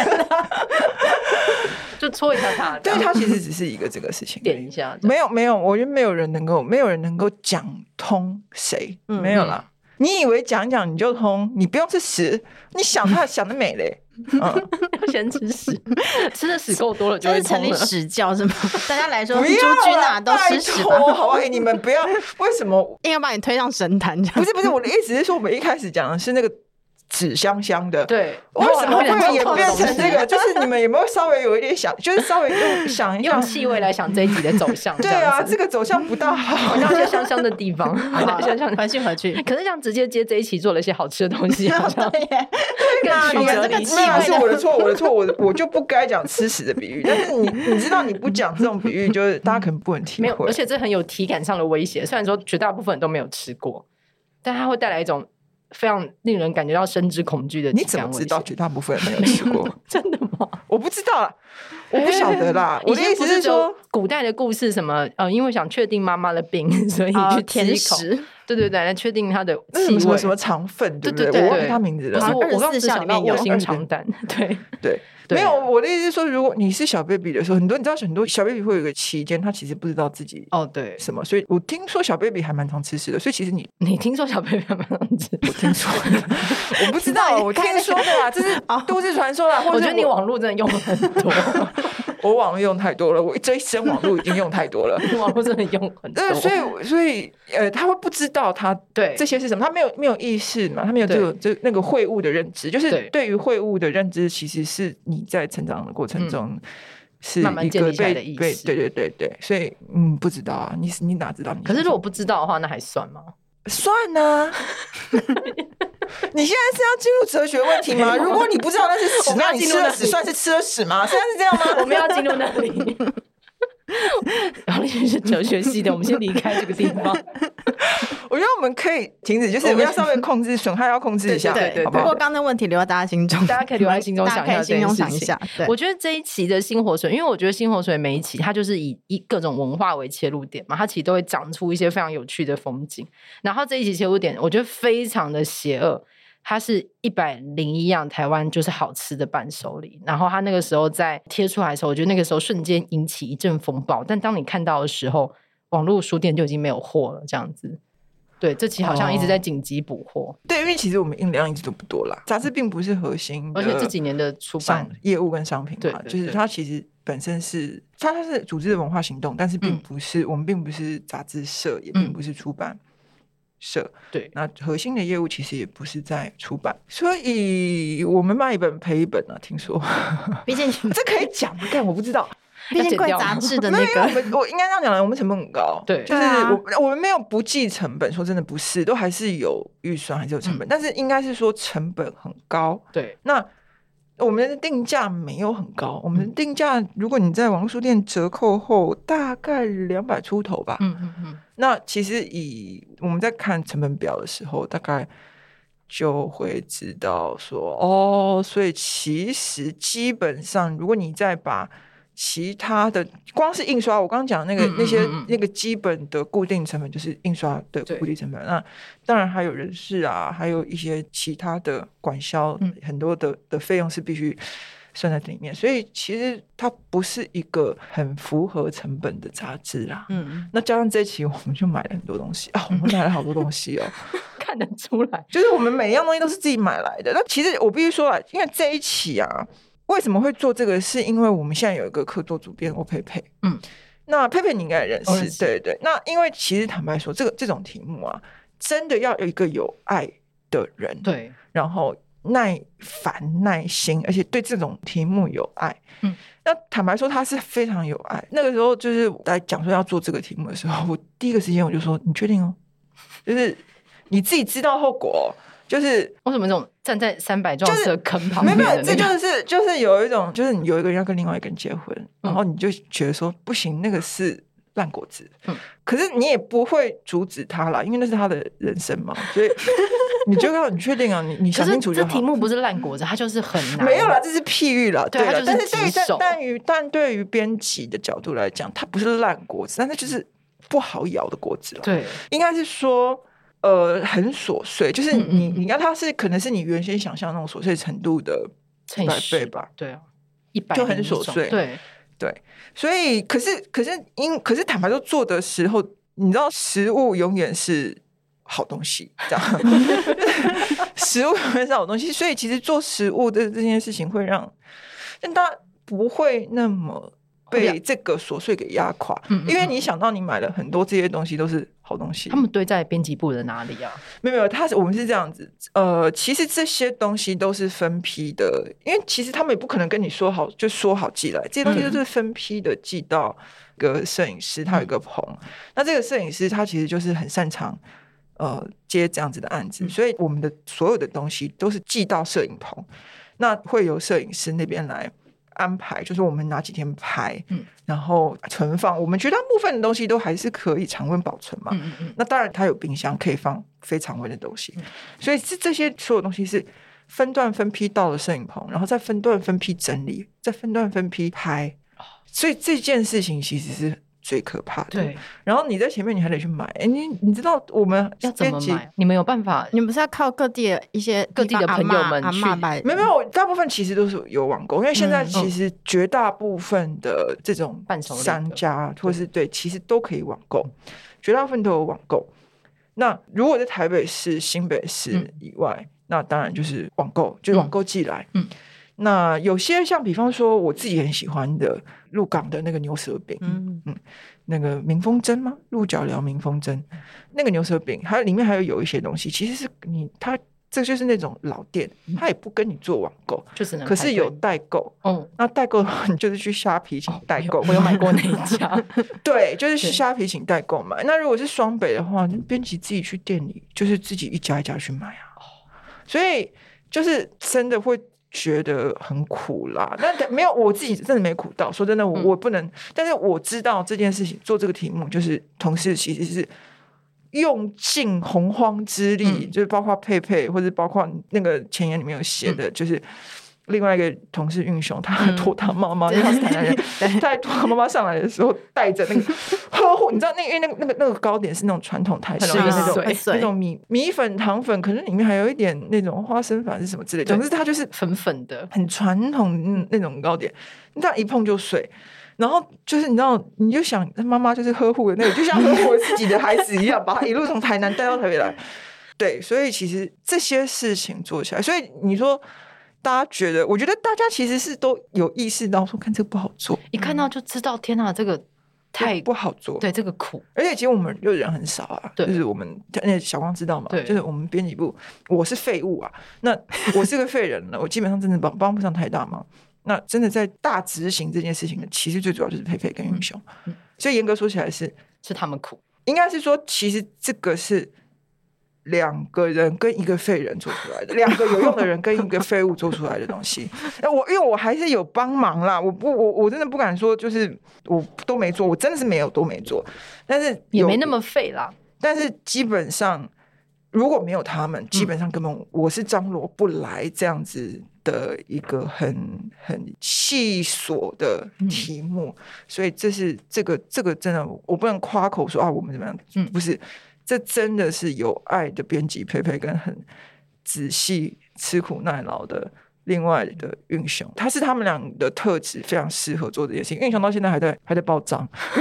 S5: 就戳一下 它，这
S4: 对，
S5: 样
S4: 它其实只是一个这个事情而已。
S5: 点一下，这样
S4: 没有没有，我觉得没有人能够，没有人能够讲通谁，
S3: 嗯
S4: 没有啦。你以为讲一讲你就通，你不用吃屎，你想他想的美嘞，嗯，
S5: 要先吃屎， 吃的屎够多了就
S3: 这
S5: 会
S3: 是
S5: 通
S3: 成立
S5: 了。
S3: 史教 是吗？大家来说，
S4: 不
S3: 朱
S4: 要
S3: 君
S4: 啦
S3: 啊，都
S4: 拜
S3: 吃屎吧，
S4: 托好不好？哎你们不要，为什么？
S3: 硬要把你推上神坛这样。
S4: 不是不是，我的意思是说，我们一开始讲的是那个纸香香 的，
S5: 对，
S4: 为什么会演变成这
S5: 然后
S4: 个？就是你们有没有稍微有一点想， 就是稍微用想一
S5: 用
S4: 想，
S5: 气味来想这一集的走向？
S4: 对啊，
S5: 样
S4: 这
S5: 子
S4: 个走向不大好。
S5: 回到一些香香的地方，
S3: 好
S5: 香香
S3: 回去回去。
S5: 可是这样直接接这一期做了一些好吃的东西，啊好像
S3: 对耶，
S5: 更
S4: 你
S5: 曲
S4: 们
S5: 折
S4: 这个没
S5: 离奇。
S4: 有是我的错，我的错，我我就不该讲吃屎的比喻。但是你你知道你不讲这种比喻，就是大家可能不能体
S5: 没有，
S4: 会
S5: 而。且这很有体感上的威胁。虽然说绝大部分人都没有吃过，但它会带来一种非常令人感觉到深知恐惧的
S4: 你
S5: 体
S4: 怎
S5: 感
S4: 么
S5: 威
S4: 知
S5: 胁。
S4: 道绝大部分人没有吃过？
S5: 真的 吗？
S4: 我不知道啦，我不晓得啦。我的意
S5: 以前
S4: 思
S5: 不是只有
S4: 说，
S5: 古代的故事什么呃，因为想确定妈妈的病，所以
S3: 啊
S5: 去吃
S3: 甜
S5: 一口。
S3: 食，
S5: 对对对，来确定它的
S4: 那
S5: 气
S4: 什
S5: 味。
S4: 么什么什么肠粉，对不
S5: 对
S4: 对？
S5: 对
S4: 我
S5: 对
S4: 忘记他名字
S5: 不是
S4: 了。
S5: 我，我刚
S3: 24
S5: 刚只
S3: 小
S5: 想
S3: 里
S5: 到
S3: 面有
S5: 卧薪尝胆， 对，
S4: 对，
S5: 对
S4: 没有。我的意思是说，如果你是小 baby 的时候，很多你知道很多小 baby 会有一个期间，他其实不知道自己
S5: 哦对，
S4: 什么，所以我听说小 baby 还蛮常吃屎的，所以其实你
S5: 你听说小贝贝蛮能吃？
S4: 我听说的，我不知道，我听说的啦，这是都市传说啦，或者
S5: 哦我
S4: 是
S5: 觉得你网络真的用了很多，
S4: 我网络用太多了，我这一生网络已经用太多 了。
S5: 网络真的用很多
S4: 呃，，所以所以呃，他会不知道他
S5: 对
S4: 这些是什么，他没有没有意识嘛，他没有这个这那个会悟的认知，就是
S5: 对
S4: 对于会悟的认知，其实是你在成长的过程中。是
S5: 嗯慢慢
S4: 一
S5: 建
S4: 个
S5: 立起来
S4: 被
S5: 的意识
S4: 被对对对对，所以嗯不知道啊，你你哪知道你？
S5: 可是如果不知道的话，那还算吗？
S4: 算 呢、你现在是要进入哲学问题 吗？如果你不知道那是屎，
S5: 我们
S4: 那
S5: 要
S4: 你
S5: 进
S4: 吃
S5: 入
S4: 了
S5: 那
S4: 屎
S5: 里
S4: 算是吃了屎吗？现在是这样 吗？
S5: 我们要进入那里。 然后那是哲学系的，我们先离开这个地方。
S4: 我觉得我们可以停止，就是
S5: 我
S4: 我
S5: 们
S4: 要稍微控制损害，要控制一下，
S5: 对对对
S4: 好
S3: 不
S4: 不
S3: 过
S4: 好？
S3: 刚刚的问题留在大家心中，
S5: 大家可以留在心中
S3: 大家
S5: 想一下
S3: 可以
S5: 这件
S3: 心中
S5: 事
S3: 想一
S5: 情
S3: 下。对，
S5: 我觉得这一期的星火水，因为我觉得星火水每一期它就是以一各种文化为切入点嘛，它其实都会长出一些非常有趣的风景。然后这一期切入点，我觉得非常的邪恶，它是一百零一样台湾就是好吃的伴手礼。然后它那个时候在贴出来的时候，我觉得那个时候瞬间引起一阵风暴。但当你看到的时候，网络书店就已经没有货了，这样子。对，这期好像一直在紧急补货，
S4: 对，因为其实我们印量一直都不多啦，杂志并不是核心的
S5: 而且这几年的出版
S4: 商业务跟商品
S5: 对
S4: 嘛，
S5: 对
S4: 就是
S5: 对
S4: 它其实本身是它它是组织的文化行动，但是并
S5: 嗯
S4: 不是、我们并不是杂志社，也
S5: 嗯
S4: 并不是出版社，
S5: 对
S4: 那核心的业务其实也不是在出版，所以我们卖一本赔一本啊，听说
S3: 毕竟
S4: 这可以讲吗？但我不知道。
S3: 毕
S5: 要
S3: 竟
S5: 剪
S3: 贵
S5: 掉
S3: 杂
S5: 吗
S3: 志的
S4: 没
S3: 那
S4: 有，因为
S3: 个，
S4: 我们我应该这样讲来，我们成本很高，
S5: 对
S4: 就
S3: 对
S4: 是
S3: 啊
S4: 我我们没有不计成本，说真的不是，都还是有预算，还是有成
S3: 嗯
S4: 本，但是应该是说成本很高。
S5: 对，
S4: 那我们的定价没有很高，
S3: 嗯
S4: 我们的定价如果你在网络书店折扣后，大概两百出头吧。
S5: 嗯嗯嗯，
S4: 那其实以我们在看成本表的时候，大概就会知道说，哦，所以其实基本上，如果你再把其他的光是印刷，我刚刚讲那个
S5: 嗯嗯
S4: 那些
S5: 嗯嗯
S4: 那个基本的固定成本，就是印刷的
S5: 对
S4: 固定成本。那当然还有人事啊，还有一些其他的管销
S5: 嗯，
S4: 很多的的费用是必须算在里面。所以其实它不是一个很符合成本的杂志啦。
S3: 嗯，
S4: 那加上这一期，我们就买了很多东西啊，我们买了好多东西哦，
S5: 嗯 看得出来，
S4: 就是我们每一样东西都是自己买来的。那其实我必须说啊，因为这一期啊，为什么会做这个，是因为我们现在有一个客座主编欧佩佩，
S5: 嗯，
S4: 那佩佩你应该也认识，
S5: 我认识
S4: 对对。那因为其实坦白说，这个这种题目啊，真的要有一个有爱的人，，
S5: 对，
S4: 然后耐烦、耐心，而且对这种题目有爱。
S5: 嗯，
S4: 那坦白说，他是非常有爱。那个时候就是来讲说要做这个题目的时候，我第一个时间我就说：“你确定哦？就是你自己知道后果哦、就是
S5: 为什么这种站在三百壮士的坑旁
S4: 没有
S5: 边
S4: 没
S5: 的那
S4: 有，
S5: 个，
S4: 这就是就是有一种，就是你有一个人要跟另外一个人结婚，然后你就觉得说不行，那个是烂果子。
S5: 嗯
S4: 可是你也不会阻止他啦，因为那是他的人生嘛，所以 你就告诉你确定啊，你你
S5: 可
S4: 想
S5: 是
S4: 清楚就
S5: 这
S4: 好。
S5: 题目不是烂果子，它就是很难，
S4: 没有啦，，这是譬喻啦，
S5: 对
S4: 对啦。
S5: 它
S4: 但
S5: 就是
S4: 是对于
S5: 棘手
S4: 但但于但对于编辑的角度来讲，它不是烂果子，但它就是不好咬的果子了。
S5: 对，
S4: 应该是说，呃，很琐碎，就是
S5: 嗯嗯
S4: 你
S5: 嗯
S4: 你看它是可能是你原先想象那种琐碎程度的几
S5: 乘以
S4: 百
S5: 十
S4: 倍吧。
S5: 对啊，一百
S4: 就很琐碎
S5: 对，
S4: 所以，可是可是因可是坦白说，做的时候，你知道，食物永远是好东西，这样， 食物永远是好东西。所以，其实做食物的这件事情会让，但大家不会那么被这个琐碎给压垮，
S5: 嗯嗯
S4: 因为你想到你买了很多这些东西都是好东西
S5: 他。们堆在编辑部的哪里啊？
S4: 没有没有，他是我们是这样子，呃，其实这些东西都是分批的，因为其实他们也不可能跟你说好就说好寄来，这些东西
S5: 嗯
S4: 都是分批的寄到一个摄影师，他有一个棚，
S5: 嗯
S4: 那这个摄影师他其实就是很擅长。呃，接这样子的案子，
S5: 嗯
S4: 所以我们的所有的东西都是寄到摄影棚，那会由摄影师那边来安排，就是我们哪几天拍，
S5: 嗯
S4: 然后存放。我们绝大部分的东西都还是可以常温保存嘛，
S5: 嗯嗯嗯，
S4: 那当然，它有冰箱可以放非常温的东西，所以是这些所有东西是分段分批到了摄影棚，然后再分段分批整理，再分段分批拍。
S5: 哦
S4: 所以这件事情其实是最可怕的。
S5: 对，，
S4: 然后你在前面你还得去买，哎，你你知道我们
S5: 要怎么
S4: 编辑
S5: 买？你们有办法？
S4: 嗯
S3: 你们不是要靠各地的一些
S5: 各地的
S3: 地方
S5: 朋友
S3: 阿嬷
S5: 们
S3: 阿
S5: 去
S3: 嬷摆，
S4: 没有没有，大部分其实都是有网购，因为现在
S3: 嗯
S4: 其实绝大部分的这种
S5: 伴手礼的
S4: 商家或是对，其实都可以网购，绝大部分都有网购。那如果在台北市、新北市
S5: 嗯
S4: 以外，那当然就是网购，就是网购寄来。
S5: 嗯，
S4: 那有些像比方说我自己很喜欢的鹿港的那个牛舌饼，
S3: 嗯，
S4: 那个民风针吗？鹿角寮民风针，
S5: 嗯
S4: 那个牛舌饼，还有里面还有有一些东西，其实是你它这就是那种老店，它也不跟你做网购，
S5: 嗯就只能
S4: 可是
S5: 排队
S4: 有代购。
S5: 哦，
S4: 那代购的话，你就是去虾皮请
S5: 哦
S4: 代购，
S5: 我有我有买过那一家，
S4: 对，就是
S5: 对
S4: 虾皮请代购买。那如果是双北的话，那编辑自己去店里，就是自己一家一家去买
S5: 哦
S4: 啊。所以就是真的会觉得很苦啦。那没有我自己真的没苦到，说真的，我
S5: 嗯
S4: 我不能。但是我知道这件事情，做这个题目就是同事其实是。用尽洪荒之力，
S5: 嗯
S4: 就是包括佩佩，或者包括那个前言里面有写的，就是另外一个同事运雄，他
S5: 嗯
S4: 拖他妈 妈，因为他是台南人，带拖他妈妈上来的时候，带着那个呵护，你知道那因为那个那个 那个糕点是那种传统台式的
S5: 很容易
S4: 那种
S5: 碎
S4: 哎
S3: 碎
S4: 那种米米粉、糖粉，可能里面还有一点那种花生粉还是什么之类的，
S5: 对
S4: 总之它就是
S5: 粉粉的，
S4: 很传统的那那种糕点，你这样一碰就碎。然后就是你知道，你就想妈妈就是呵护的那个，就像呵护自己的孩子一样，把他一路从台南带到台北来。对，所以其实这些事情做起来，所以你说大家觉得，我觉得大家其实是都有意识到说，看这个不好做，
S5: 一看到就知道，天哪，这个太
S4: 不好做。
S5: 对，这个苦，
S4: 而且其实我们就人很少啊，
S5: 对
S4: 就是我们那小光知道嘛
S5: 对，
S4: 就是我们 编辑部我是废物啊，那我是个废人了，我基本上真的帮帮不上太大忙。那真的在大执行这件事情呢，其实最主要就是佩佩跟云雄。
S5: 嗯
S4: 所以严格说起来是，
S5: 是他们苦，
S4: 应该是说，其实这个是两个人跟一个废人做出来的，两个有用的人跟一个废物做出来的东西。那哎我因为我还是有帮忙啦，我不我我真的不敢说，就是我都没做，我真的是没有都没做，但是
S5: 也
S4: 有
S5: 没那么废啦。
S4: 但是基本上如果没有他们，
S5: 嗯
S4: 基本上根本我是张罗不来这样子的一个很很细琐的
S5: 嗯
S4: 题目，所以这是这个这个真的我不能夸口说啊我们怎么样，
S5: 嗯
S4: 不是，这真的是有爱的编辑佩佩跟很仔细吃苦耐劳的。另外的运雄，他是他们俩的特质非常适合做这件事情。运雄到现在还在还在报账，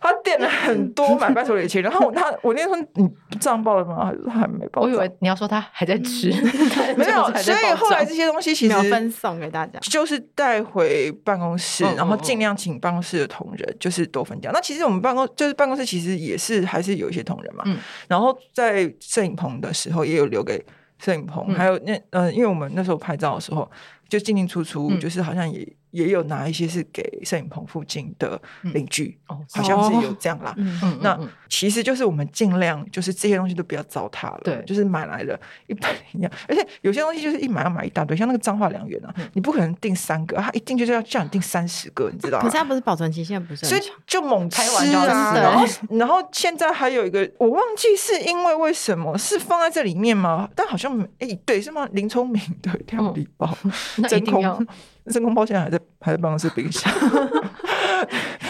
S4: 他垫了很多买伴手礼的钱，然后他我那天说你账报了吗？他说还没报
S5: 我
S4: 账。
S5: 以为你要说他还在吃，
S4: 嗯没
S5: 没
S4: 有，所以后来这些东西其
S3: 没有
S4: 实
S3: 分送给大家。
S4: 就是带回办公室，
S5: 嗯
S4: 然后尽量请办公室的同仁就是多分享。那其实我们办公就是办公室其实也是还是有一些同仁嘛，
S5: 嗯
S4: 然后在摄影棚的时候也有留给摄影棚，
S5: 嗯
S4: 还有那嗯、因为我们那时候拍照的时候就进进出出，
S5: 嗯
S4: 就是好像也也有拿一些是给摄影棚附近的邻居，
S5: 哦，
S4: 好像是有这样啦。
S3: 嗯，
S5: 嗯，嗯
S4: 那
S5: 嗯
S4: 其实就是我们尽量就是这些东西都不要糟蹋了，
S5: 对
S4: 就是买来了一百一样，而且有些东西就是一买要买一大堆，像那个彰化良缘啊，
S5: 嗯
S4: 你不可能订三个，他啊一定就是要叫你订三十个，你知道
S3: 可
S4: 吗
S3: 是？它不是保存期限不是
S4: 所
S3: 很
S4: 以
S3: 长，
S4: 就猛吃
S5: 开玩笑
S4: 啊，
S5: 真的
S4: 然后 然后现在还有一个，我忘记是因为为什么是放在这里面吗？但好像没诶、对，是吗？林聪明的料理包，
S5: 嗯那一
S4: 真
S5: 定
S4: 空
S5: 要，
S4: 真空包现在还在还在办公室冰箱，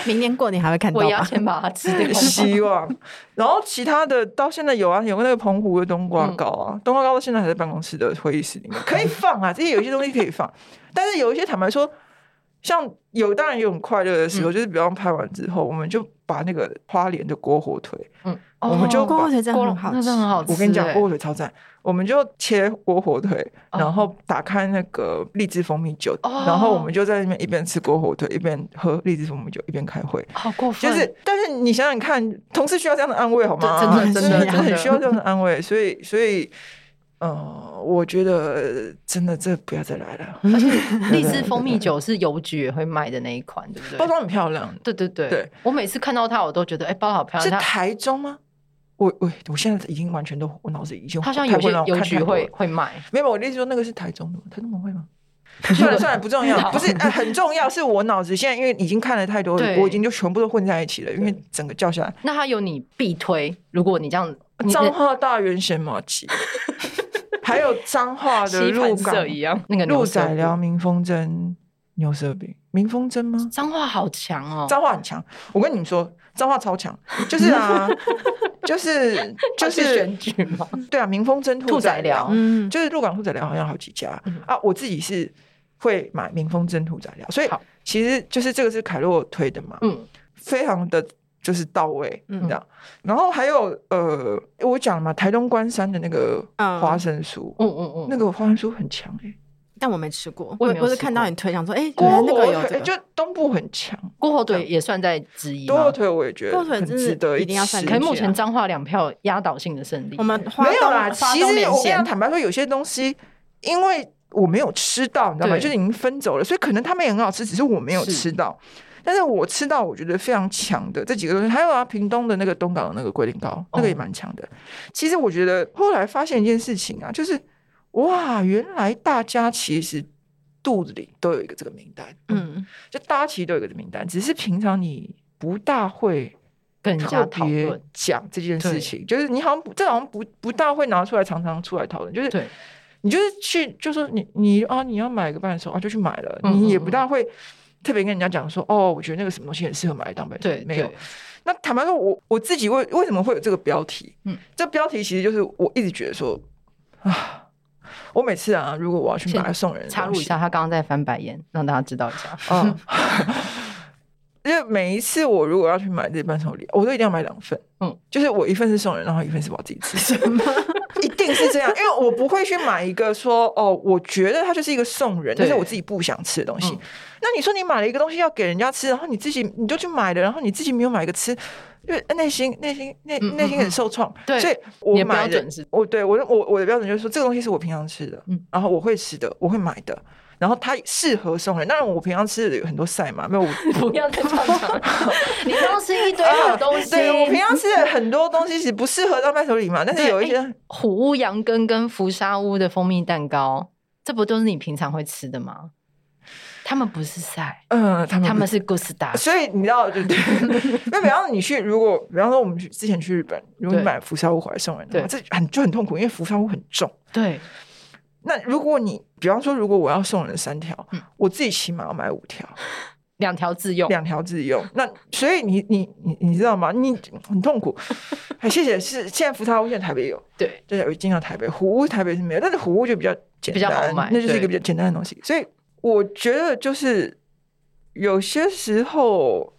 S3: 明年过年还会看到
S5: 我也要
S3: 吧？哦
S5: 先把它吃 掉。
S4: 希望。然后其他的到现在有啊，有那个澎湖的冬瓜糕啊，
S5: 嗯
S4: 冬瓜糕到现在还在办公室的会议室里面，可以放啊，这 些有一些东西可以放，但是有一些坦白说，像有当然有很快乐的
S5: 嗯
S4: 时候，就是比方拍完之后，我们就把那个花莲的锅火腿，
S5: 嗯，
S4: 我们就
S3: 锅哦火腿真的
S5: 锅
S3: 很好
S5: 那真的
S3: 吃，
S5: 很好吃欸。
S4: 我跟你讲锅火腿超赞，我们就切锅火腿，
S5: 哦
S4: 然后打开那个荔枝蜂蜜酒，
S5: 哦
S4: 然后我们就在那边一边吃锅火腿，一边喝荔枝蜂蜜酒，一边开会。
S5: 好过分，
S4: 就是，但是你想想看，同事需要这样的安慰好吗？
S5: 对真
S3: 的
S4: 真
S3: 真的
S4: 真的
S5: 真的
S4: 很需要这样的安慰，所以，所以，呃，我觉得真的这不要再来了，
S5: 荔枝蜂蜜酒是邮局也会卖的那一款，对不
S4: 包
S5: 对？
S4: 装很漂亮，
S5: 对对对，
S4: 对
S5: 我每次看到它，我都觉得哎，包得好漂
S4: 是
S5: 亮。它
S4: 台中吗？我我我现在已经完全都，我脑子已经
S5: 它好像有
S4: 太
S5: 些
S4: 混乱
S5: 邮
S4: 我
S5: 局。
S4: 看太多
S5: 会
S4: 了
S5: 会卖，
S4: 没有，我的意思说那个是台中的吗，台中文 会吗？算了算了，不重要，不是、呃很重要，是我脑子现在因为已经看了太多了，
S5: 对
S4: 我已经就全部都混在一起了，因为整个叫下来，
S5: 那它有你必推，如果你这样，你
S4: 彰
S5: 的
S4: 化大圆神马鸡，还有彰化的
S5: 西
S4: 鹿
S5: 盘
S4: 港
S5: 社一样，那个
S4: 鹿
S5: 牛舌
S4: 仔
S5: 饼
S4: 寮民风蒸牛舌饼，民风蒸吗？
S5: 脏话好强哦，
S4: 彰化很强，我跟你们说，彰化超强，就是 啊，就是就
S5: 它是
S4: 是
S5: 选举吗？
S4: 对啊，民风蒸
S5: 兔
S4: 兔
S5: 仔
S4: 仔
S5: 寮
S4: 寮，
S3: 嗯，
S4: 就是鹿港兔仔寮好像好几家、
S5: 嗯
S4: 啊，我自己是会买民风蒸兔仔寮，所以
S5: 好
S4: 其实就是这个是凯洛推的嘛，
S5: 嗯，
S4: 非常的就是到位，
S3: 嗯
S4: 嗯，这样。然后还有呃，我讲了嘛，台东关山的那个
S3: 嗯
S4: 花生酥，
S5: 嗯嗯嗯，
S4: 那个花生酥很强哎、
S3: 但我没吃过，
S5: 我
S3: 我
S5: 也没有
S3: 我是
S5: 吃
S3: 看到
S5: 过
S3: 你推，想说，哎，
S4: 锅
S3: 原来那个
S4: 火
S3: 有
S4: 腿、
S3: 这
S4: 哦就
S3: 个，
S4: 东部很强，
S5: 锅火
S4: 嗯
S5: 腿也算在之一
S4: 东火
S5: 吗？
S4: 腿我也觉得
S3: 锅腿
S4: 很
S3: 真
S4: 值
S3: 是
S4: 得
S3: 一定要
S4: 吃
S3: 算进
S5: 可是
S3: 去
S5: 目前彰化两票压倒性的胜利，
S3: 我们花
S4: 没有
S3: 东
S4: 啦，
S3: 花
S4: 其
S3: 东
S4: 实
S3: 连
S4: 我跟你
S3: 线
S4: 讲，坦白说，有些东西因为我没有吃到，你知道吗？
S5: 对
S4: 就是已经分走了，所以可能他们也很好吃，只是我没有
S5: 是
S4: 吃到。但是我吃到我觉得非常强的这几个东西，还有啊，屏东的那个东港的那个龟苓膏，那个
S3: 哦
S4: 也蛮强的。其实我觉得后来发现一件事情啊，就是哇，原来大家其实肚子里都有一个这个名单，嗯，
S3: 嗯，
S4: 就大家其实都有一个这个名单，只是平常你不大会
S5: 跟人家
S4: 特
S5: 讨
S4: 别
S5: 论，
S4: 讲这件
S5: 对
S4: 事情，就是你好像不，这好像不不大会拿出来常常出来讨论，就是
S5: 对，
S4: 你就是去就说你你啊你要买个伴手啊就去买了，
S5: 嗯
S4: 你也
S5: 嗯
S4: 不
S5: 嗯
S4: 大会特别跟人家讲说哦，我觉得那个什么东西很适合买来当伴手，
S5: 对
S4: 没有
S5: 对。
S4: 那坦白说，我我自己为为什么会有这个标题？
S5: 嗯
S4: 嗯，这标题其实就是我一直觉得说啊，我每次啊，如果我要去
S5: 先
S4: 买送人的
S5: 插入
S4: 东
S5: 一
S4: 西，
S5: 下，他刚刚在翻白眼，让大家知道一 下。
S4: 啊，就是每一次我如果要去买这伴手礼，我都一定要买两份。
S5: 嗯
S4: 嗯，就是我一份是送人，然后一份是我自己吃。什么？ 一定是这样，因为我不会去买一个说哦，我觉得它就是一个送人，
S5: 对
S4: 但是我自己不想吃的东西。
S5: 嗯
S4: 那你说你买了一个东西要给人家吃，然后你自己你就去买了，然后你自己没有买一个吃，因为内心内心内
S5: 嗯嗯
S4: 内心很受创。
S5: 对
S4: 所以我
S5: 你的
S4: 买
S5: 标
S4: 的
S5: 准是
S4: 我对我的我我的标准就是说这个东西是我平常吃的，
S5: 嗯
S4: 然后我会吃的，我会买的。然然后它适合松仁。当然，我平常吃的有很多菜嘛，没有我
S5: 不要再唱 了，你刚吃一堆好东西。
S4: 啊对我平常吃的很多东西其实不适合到伴手礼嘛，但是
S5: 对
S4: 有一些
S5: 哎虎屋羊羹跟福沙屋的蜂蜜蛋糕，这不都是你平常会吃的吗？他们不是赛，
S4: 嗯、他们
S5: 他
S4: 不啊
S5: 们是 g u s t a
S4: 所以你知道，对 对，那比方说你去，如果比方说我们去之前去日本，如果你
S5: 对
S4: 买福沙屋回来送人的话，这
S5: 对
S4: 很就很痛苦，因为福沙屋很重。
S5: 对，
S4: 那如果你比方说，如果我要送人三条，
S5: 嗯
S4: 我自己起码要买五条，
S5: 两条自用。
S4: 两条自己用。那所以你你你你知道吗？你很痛苦。 哎，谢谢，是现在福沙屋现在台北有，
S5: 对，
S4: 对，有进到台北，虎屋台北是没有，但是虎屋就比较简单，
S5: 比较好买
S4: 那就是一个
S5: 对
S4: 比较简单的东西。所以我觉得就是有些时候，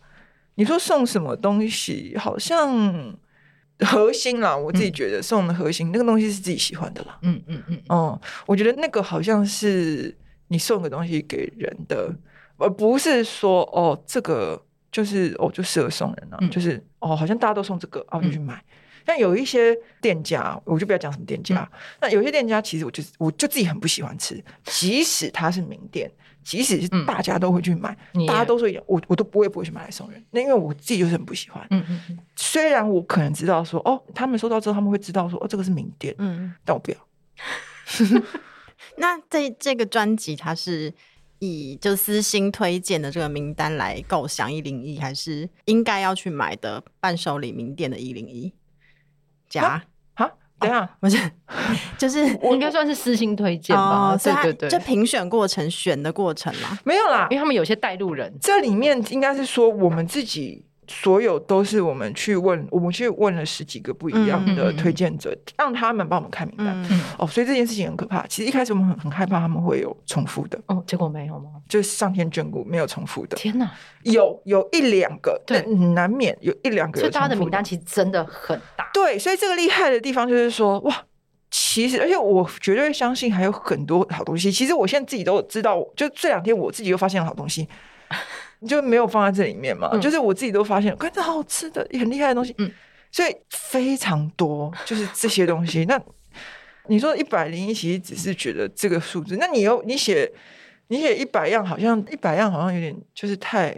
S4: 你说送什么东西，好像核心啦，我自己觉得送的核心、那个东西是自己喜欢的啦。
S5: 嗯嗯嗯，
S4: 嗯，我觉得那个好像是你送个东西给人的，而不是说哦这个就是哦就适合送人啊，
S5: 嗯
S4: 就是哦好像大家都送这个啊我就去
S5: 嗯
S4: 买。但有一些店家，我就不要讲什么店家。
S5: 嗯
S4: 那有一些店家，其实我就我就自己很不喜欢吃，即使它是名店，即使是
S5: 嗯
S4: 大家都会去买，
S5: 你
S4: 大家
S5: 也
S4: 都说一样，我我都不会不会去买来送人。那因为我自己就是很不喜欢。
S5: 嗯嗯嗯，
S4: 虽然我可能知道说，哦，他们收到之后他们会知道说，哦，这个是名店，
S3: 嗯，
S4: 但我不要。
S3: 那这这个专辑它是以就私心推荐的这个名单来构想一零一，还是应该要去买的伴手礼名店的一零一？夹
S4: 哈，等一下，
S3: 不是， 就是
S5: 应该算是私信推荐吧
S3: 哦，。所
S5: 对
S3: 以它
S5: 对
S3: 这
S5: 对，
S3: 评选过程选的过程嘛，
S4: 没有啦
S5: 因为，他们有些带路人，
S4: 这里面应该是说我们自己所有都是我们去问，我们去问了十几个不一样的
S5: 嗯嗯嗯
S4: 推荐者，让他们帮我们看名单。
S3: 嗯，
S4: 哦，所以这件事情很可怕。其实一开始我们很很害怕他们会有重复的，
S5: 哦，结果没有吗？
S4: 就是上天眷顾，没有重复的，
S5: 天哪！
S4: 有有一两个，
S5: 对
S4: 但难免有一两个
S5: 所
S4: 有
S5: 以大家的
S4: 重复
S5: 名单其实真的很大。
S4: 对，所以这个厉害的地方就是说，哇，其实而且我绝对相信还有很多好东西。其实我现在自己都知道，就这两天我自己又发现了好 东西，就没有放在这里面嘛。
S5: 嗯
S4: 就是我自己都发现，看这好好吃的，也很厉害的东西，
S5: 嗯
S4: 所以非常多，就是这些东西。那你说一百零一，其实只是觉得这个数字，那你又你写你写一百样，好像一百样好像有点就是太，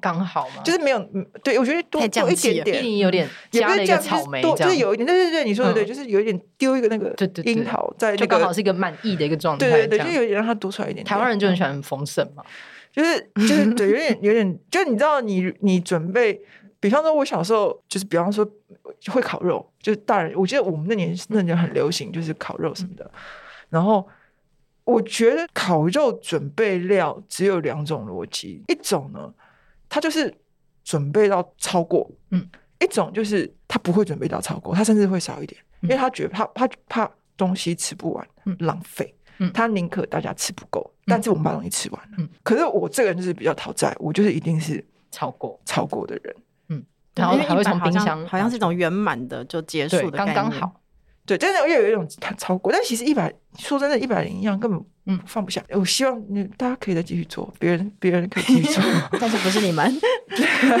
S5: 刚好嘛，
S4: 就是没有，嗯对我觉得多
S3: 太降
S4: 多一
S3: 级了
S4: 点
S5: 一
S4: 点，
S5: 零一有点
S4: 也
S5: 加
S4: 不
S5: 了
S4: 是
S5: 一
S4: 这
S5: 个
S4: 样，就
S5: 草
S4: 是
S5: 莓
S4: 多，
S5: 这
S4: 就是
S5: 样，
S4: 有一点，对对对，你说的对，
S5: 嗯
S4: 就是有一点丢一个那个
S5: 对对对
S4: 樱桃在那
S5: 就刚好
S4: 个
S5: 是。一个满意的一个状态。
S4: 对对对，
S5: 这
S4: 就
S5: 样
S4: 有一点让它多出来一点点。
S5: 台湾人就很喜欢丰盛嘛，
S4: 就是就是对，有点有点，就你知道你，你准备，比方说，我小时候就是，比方说会烤肉，就是大人，我记得我们那年那年很流行，就是烤肉什么
S5: 嗯
S4: 的。然后我觉得烤肉准备料只有两种逻辑，一种呢，它就是准备到超过，
S5: 嗯，
S4: 一种就是他不会准备到超过，他甚至会少一点，因为他觉得怕怕怕东西吃不完，
S5: 嗯
S4: 浪费。
S5: 嗯
S4: 他宁可大家吃不够，但是我们把东西吃完了。
S5: 嗯
S4: 可是我这个人就是比较讨债，我就是一定是
S5: 超过，
S4: 超过的人。
S5: 然后
S3: 因为
S5: 还会
S3: 100
S5: 从冰
S3: 好像
S5: 箱
S3: 好像是一种圆满的就结束
S5: 对
S3: 的概
S5: 刚
S3: 念，
S5: 刚好。
S4: 对，但是又有一种他超过，但其实一百说真的，一百零一样根本嗯
S5: 嗯
S4: 放不下。我希望你大家可以再继续做，别人别人可以继续 做，
S3: 但是不是你们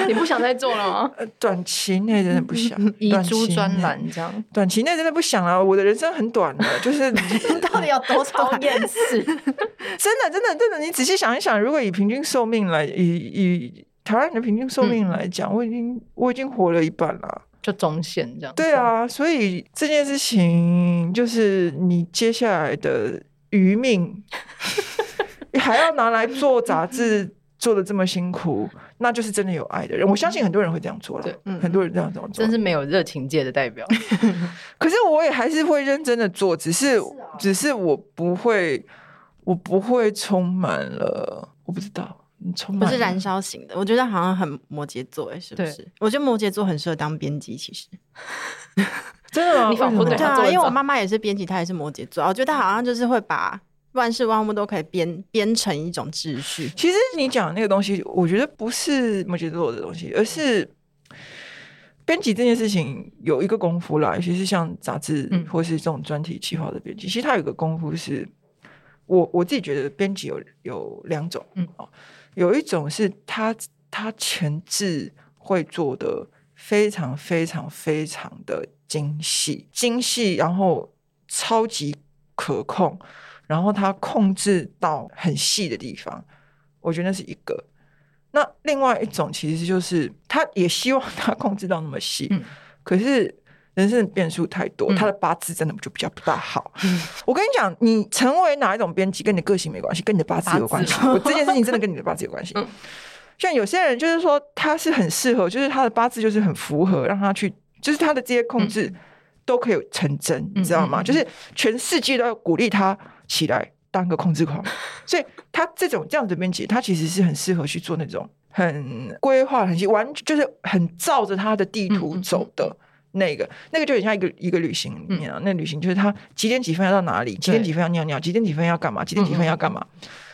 S5: 你不想再做了吗？
S4: 呃，短期内真的不想。
S5: 遗
S4: 短
S5: 珠
S4: 期
S5: 专
S4: 内，
S5: 栏这样，
S4: 短期内真的不想了。我的人生很短的，就是
S3: 到底有多讨厌？
S5: 厌世。
S4: 真的，真的，真的，你仔细想一想，如果以平均寿命来，以以台湾人的平均寿命来讲，我已经我已经活了一半了。
S5: 嗯就中线这样。
S4: 对，啊，所以这件事情就是你接下来的余命 还要拿来做杂志，做的这么辛苦，那就是真的有爱的人。我相信很多人会这样做了
S5: 对，
S3: 嗯
S4: 很多人这样这样做
S5: 真。是没有热情界的 代表。
S4: 可是我也还是会认真的做，只
S3: 啊
S4: 是只是我不会，我不会充满了，我不知道，嗯充
S3: 不
S4: 满
S3: 是
S4: 了
S3: 燃烧型的，我觉得好像很摩羯座哎，是不
S5: 对
S3: 是？我觉得摩羯座很适合当编辑，其实
S4: 真的吗？
S5: 你仿佛
S4: 为什么
S5: 对
S3: 对
S5: 他
S3: 啊，
S5: 做得
S3: 因为我
S5: 早
S3: 妈妈也是编辑，她也是摩羯座，我觉得她好像就是会把万事万物都可以编编成一种秩序。
S4: 其实你讲那个东西，我觉得不是摩羯座的东西，而是编辑这件事情有一个功夫啦，尤其是像杂志
S5: 嗯
S4: 或是这种专题计划的编辑，其实它有一个功夫是，我我自己觉得编辑有有两种，
S5: 嗯
S4: 哦，有一种是他他前置会做的非常非常非常的精细，精细，然后超级可控，然后它控制到很细的地方，我觉得那是一个。那另外一种其实就是他也希望他控制到那么细，
S1: 嗯
S4: 可是人生的变数太多，
S1: 嗯
S4: 他的八字真的就比较不大好。
S5: 嗯
S4: 我跟你讲，你成为哪一种编辑跟你的个性没关系，跟你的八字有关系
S5: 八。
S4: 我这件事情真的跟你的八字有关系。
S5: 嗯
S4: 像有些人就是说他是很适合，就是他的八字就是很符合，让他去，就是他的这些控制都可以成真，你知道吗？
S5: 嗯嗯嗯嗯
S4: 就是全世界都要鼓励他起来当个控制狂，所以他这种这样子的编辑，他其实是很适合去做那种很规划、很细完就是很照着他的地图
S5: 嗯嗯嗯
S4: 走的。那个，那个就很像一个一个旅行里
S5: 嗯
S4: 面啊，那旅行就是他几点几分要到哪里，几点几分要尿尿，几点几分要干嘛，几点几分要干
S5: 嗯
S4: 嘛，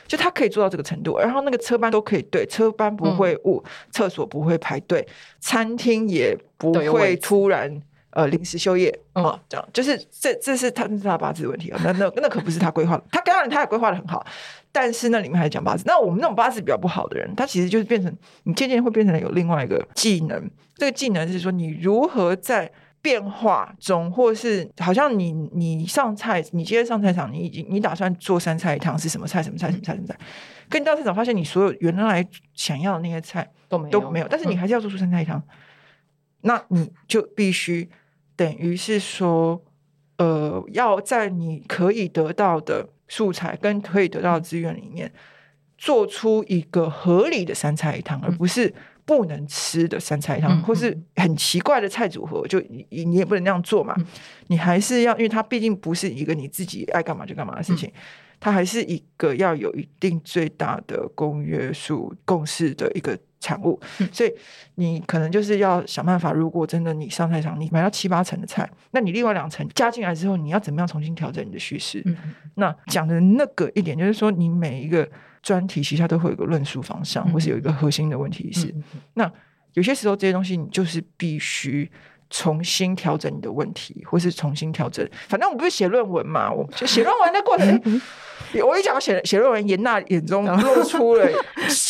S4: 就他可以做到这个程度，然后那个车班都可以对，车班不会误，厕所不会排队，餐厅也不
S5: 都有位
S4: 会
S5: 置
S4: 突然呃临时休业啊、
S5: 嗯
S4: 这样就是这这是他这是他八字的问题啊，那那那可不是他规划的，他当然他也规划的很好，但是那里面还讲八字，那我们那种八字比较不好的人，他其实就是变成你渐渐会变成有另外一个技能，这个技能是说你如何在。变化中，或是好像你你上菜，你今天上菜场，你已经你打算做三菜一汤是什么菜？什么菜？什么菜？什么菜？跟你到菜场发现，你所有原来想要的那些菜
S5: 都没有
S4: 都没有，但是你还是要做出三菜一汤，那你就必须等于是说，呃，要在你可以得到的素材跟可以得到的资源里面，做出一个合理的三菜一汤，而不是不能吃的三菜一汤，
S5: 嗯嗯
S4: 或是很奇怪的菜组合，就你你也不能那样做嘛，你还是要，因为它毕竟不是一个你自己爱干嘛就干嘛的
S5: 嗯
S4: 事情。它还是一个要有一定最大的公约数共识的一个产物，
S5: 嗯
S4: 所以你可能就是要想办法。如果真的你上菜场，你买到七八成的菜，那你另外两成加进来之后，你要怎么样重新调整你的叙事？
S5: 嗯
S4: 那讲的那个一点就是说，你每一个专题其实它都会有一个论述方向，
S5: 嗯
S4: 或是有一个核心的问题是，
S5: 嗯
S4: 那有些时候这些东西你就是必须。重新调整你的问题，或是重新调整。反正我们不是写论文嘛，我就写论文的过程。 诶我一讲写写论文，严娜眼中露出了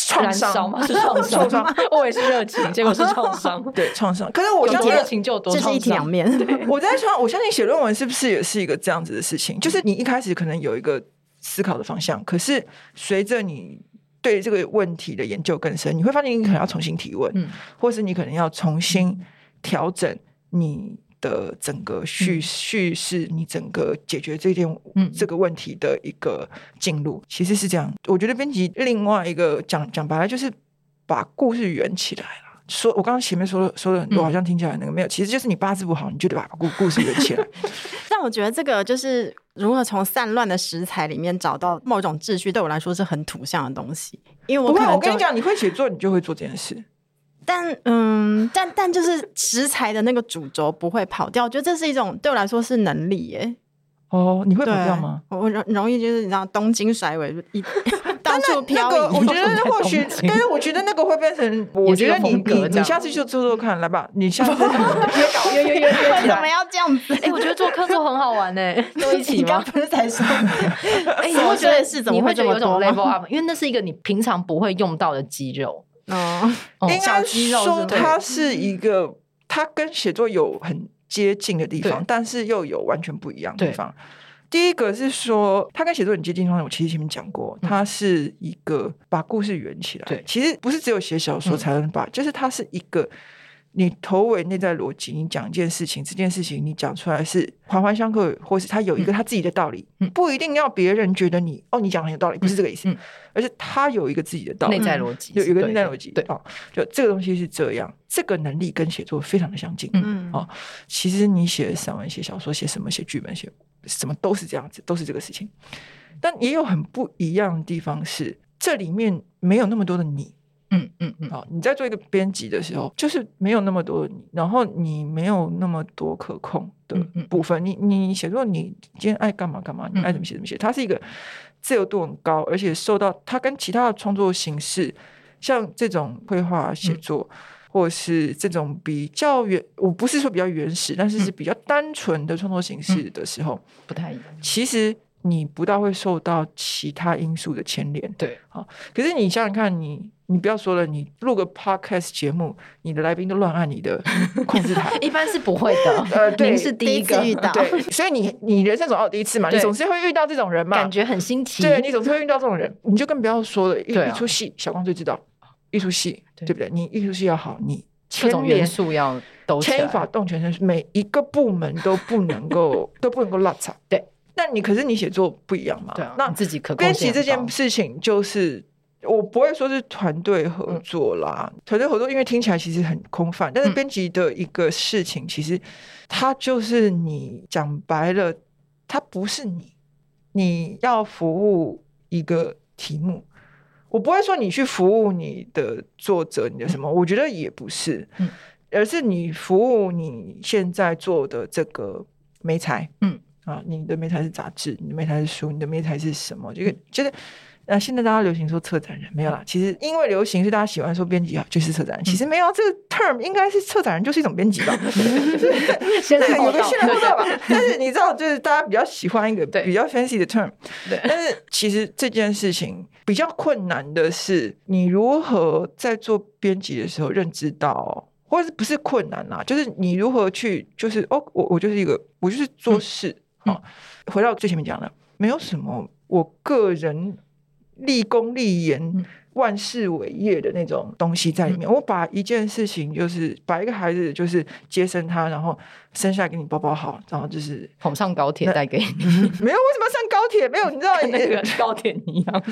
S4: 创
S5: 燃
S4: 伤
S5: 烧吗？是创
S4: 受
S5: 伤
S4: 伤
S5: 吗？我也是热情，结果是创伤。
S4: 对创伤。可是我
S5: 有
S4: 相
S5: 多
S4: 信
S5: 热情就有多
S3: 这
S5: 创
S3: 是
S5: 伤。
S3: 一体两面。
S4: 我在想，我相信写论文是不是也是一个这样子的事情？就是你一开始可能有一个思考的方向，可是随着你对这个问题的研究更深，你会发现你可能要重新提问，
S5: 嗯
S4: 或是你可能要重新调整你的整个叙叙事，你整个解决这件
S5: 嗯
S4: 这个问题的一个进入，其实是这样。我觉得编辑另外一个讲讲白了就是把故事圆起来了。说，我刚刚前面说了说了很多，
S5: 嗯
S4: 好像听起来那个没有，其实就是你八字不好，你就 得把故故事圆起来。
S3: 但我觉得这个就是如何从散乱的食材里面找到某种秩序，对我来说是很土象的东西。因为
S4: 不
S3: 我可
S4: 会，
S3: 能
S4: 我跟
S3: 就
S4: 你，讲，你会写作，你就会做这件事。
S3: 但嗯，但但就是食材的那个主轴不会跑掉，我觉得这是一种对我来说是能力耶。
S4: 哦，你会跑
S3: 对
S4: 掉吗？？
S3: 我我容容易就是你知道东京甩尾，一 到处
S4: 啊那
S3: 漂移。
S4: 个，我觉 得或许
S5: 东，京
S4: 但是我觉得那个会变 成，我
S5: 也
S4: 觉
S5: 是一个
S4: 得你
S5: 风格
S4: 你
S5: 这
S4: 你
S5: 样
S4: 下次就做做看，来吧，你下 次
S5: 有有有有
S3: 为什么要这样子？
S5: 哎，我觉得做客座很好玩呢，都一起
S3: 你刚
S5: 吗？
S3: 不是才说，
S5: 哎，你
S3: 什么
S5: 会觉得
S3: 这是怎么
S5: 你
S3: 会
S5: 会
S3: 这
S5: 觉得
S3: 么
S5: 有种
S3: 多吗
S5: level up，因为那是一个你平常不会用到的肌肉。
S3: 哦，
S5: 哦
S4: 应该
S5: 小肌肉是
S4: 说
S5: 不是
S4: 它是一个，它跟写作有很接近的地方
S5: 对，
S4: 但是又有完全不一样的地
S5: 对
S4: 方。第一个是说，它跟写作很接近的地方，我其实前面讲过，它是一个把故事圆起来。
S5: 嗯对嗯
S4: 其实不是只有写小说才能把，就是它是一个你头尾内在逻辑，你讲一件事情，这件事情你讲出来是环环相扣，或是它有一个它自己的道理，
S5: 嗯
S4: 不一定要别人觉得你哦，你讲得很有道理，不是这个意思，
S5: 嗯
S4: 而是它有一个自己的道理
S5: 内。在逻辑
S4: 有
S5: 是
S4: 有一个
S5: 对
S4: 内在
S5: 的
S4: 逻辑，
S5: 对，
S4: 哦，就这个东西是这样，这个能力跟写作非常的相近。
S5: 嗯
S3: 嗯
S4: 哦其实你写散文、写小说、写什么、写剧本、写什么都是这样子，都是这个事情。但也有很不一样的地方是，这里面没有那么多的你
S5: 嗯嗯嗯，
S4: 哦，你在做一个编辑的时候，就是没有那么多的你，然后你没有那么多可控的
S5: 嗯嗯
S4: 部分。你你写作，你今天爱干嘛干嘛，你爱怎么写怎么写，它是一个自由度很高，而且受到它跟其他的创作形式，像这种绘画写
S5: 嗯
S4: 作。或是这种比较原，我不是说比较原始，但是
S5: 嗯
S4: 是比较单纯的创作形式的时候，
S5: 不太一样。
S4: 其实你不大会受到其他因素的牵连。
S5: 对，
S4: 可是你想想看，你你不要说了，你录个 podcast 节目，你的来宾都乱按你的控制 台。
S5: 一般是不会的，
S4: 呃，对，
S5: 您是第
S3: 第
S5: 一
S3: 一
S5: 个
S3: 次遇到，
S4: 对， 所以你你人生总要有第一次嘛，你
S5: 对
S4: 总是会遇到这种人嘛，
S5: 感觉很新奇。
S4: 对你总是会遇到这种人，你就更不要说了。一
S5: 对啊
S4: 一出戏，小光最知道，一出戏，
S5: 对
S4: 对不对？你一出戏要好，你
S5: 各
S4: 牵
S5: 种
S4: 连
S5: 元素要都起
S4: 牵一发
S5: 来。
S4: 动全身，每一个部门都不能 够都不能够落差。
S5: 对，
S4: 那你可是你写作不一样嘛？
S5: 对啊，
S4: 那
S5: 你自己可
S4: 编
S5: 跟
S4: 辑这件事情就是。我不会说是团队合作啦，团队合作因为听起来其实很空泛，但是
S5: 嗯
S4: 编辑的一个事情，其实它就是你讲白了，它不是你，你要服务一个题目，我不会说你去服务你的作者，你的什么，我觉得也不是，
S5: 嗯
S4: 而是你服务你现在做的这个媒材，
S5: 嗯
S4: 啊，你的媒材是杂志，你的媒材是书，你的媒材是什么？这个就是。那、现在大家流行说策展人没有啦，其实因为流行，所以大家喜欢说编辑啊就是策展人，其实没有、啊、这个 term 应该是策展人就是一种编辑吧，
S5: 现在
S4: 对，有
S5: 报
S4: 个
S5: 道
S4: 渲染报道吧。但是你知道，就是大家比较喜欢一个
S5: 对
S4: 比较 fancy 的 term，
S5: 对
S4: 但是其实这件事情比较困难的是，你如何在做编辑的时候认知到，或者是不是困难啦、就是你如何去，就是哦，我我就是一个，我就是做事。
S5: 嗯
S4: 好、回到最前面讲的，没有什么我个人立功立言。
S5: 嗯
S4: 万事伟业的那种东西在里面，我把一件事情，就是把一个孩子，就是接生他，然后生下来给你包包好，然后就是
S5: 捧上高铁带给你，
S4: 没有为什么要上高铁？没有，你知道
S5: 跟 那个高铁一样。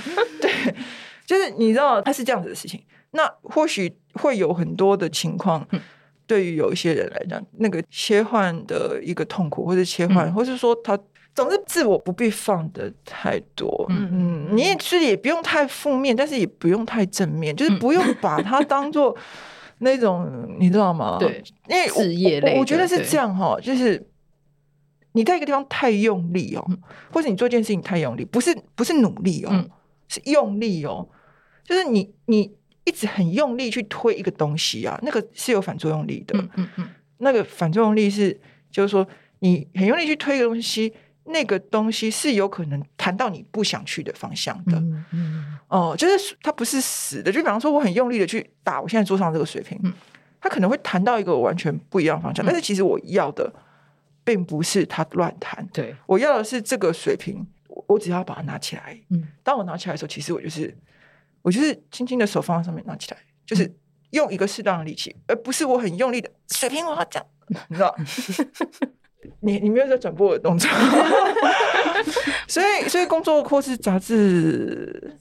S4: 就是你知道它是这样子的事情。那或许会有很多的情况，
S5: 嗯
S4: 对于有一些人来讲，那个切换的一个痛苦，或者切换，
S5: 嗯
S4: 或是说他，总之自我不必放的太多。
S5: 嗯
S4: 嗯，你也是也不用太负面，但是也不用太正面，就是
S5: 嗯
S4: 不用把它当做那种，你知道吗？
S5: 对，
S4: 因为我
S5: 事业类
S4: 我，我
S5: 的
S4: 觉得是
S5: 对
S4: 这样哈，就是你在一个地方太用力哦，或者你做一件事情太用力，不是不是努力哦，
S5: 嗯
S4: 是用力哦，就是你你一直很用力去推一个东西啊，那个是有反作用力的，
S5: 嗯嗯嗯，
S4: 那个反作用力是就是说你很用力去推一个东西。那个东西是有可能弹到你不想去的方向的，
S5: 嗯嗯
S4: 哦、就是它不是死的。就比方说，我很用力的去打我现在桌上这个水瓶，
S5: 嗯
S4: 它可能会弹到一个完全不一样的方向，
S5: 嗯
S4: 但是其实我要的并不是它乱弹，
S5: 对，
S4: 我要的是这个水瓶，我我只要把它拿起来。
S5: 嗯
S4: 当我拿起来的时候，其实我就是我就是轻轻的手放在上面拿起来，就是
S5: 嗯
S4: 用一个适当的力气，而不是我很用力的水瓶我要这样， 你知 道。你你没有在转播我的动作，所以所以工作或是杂志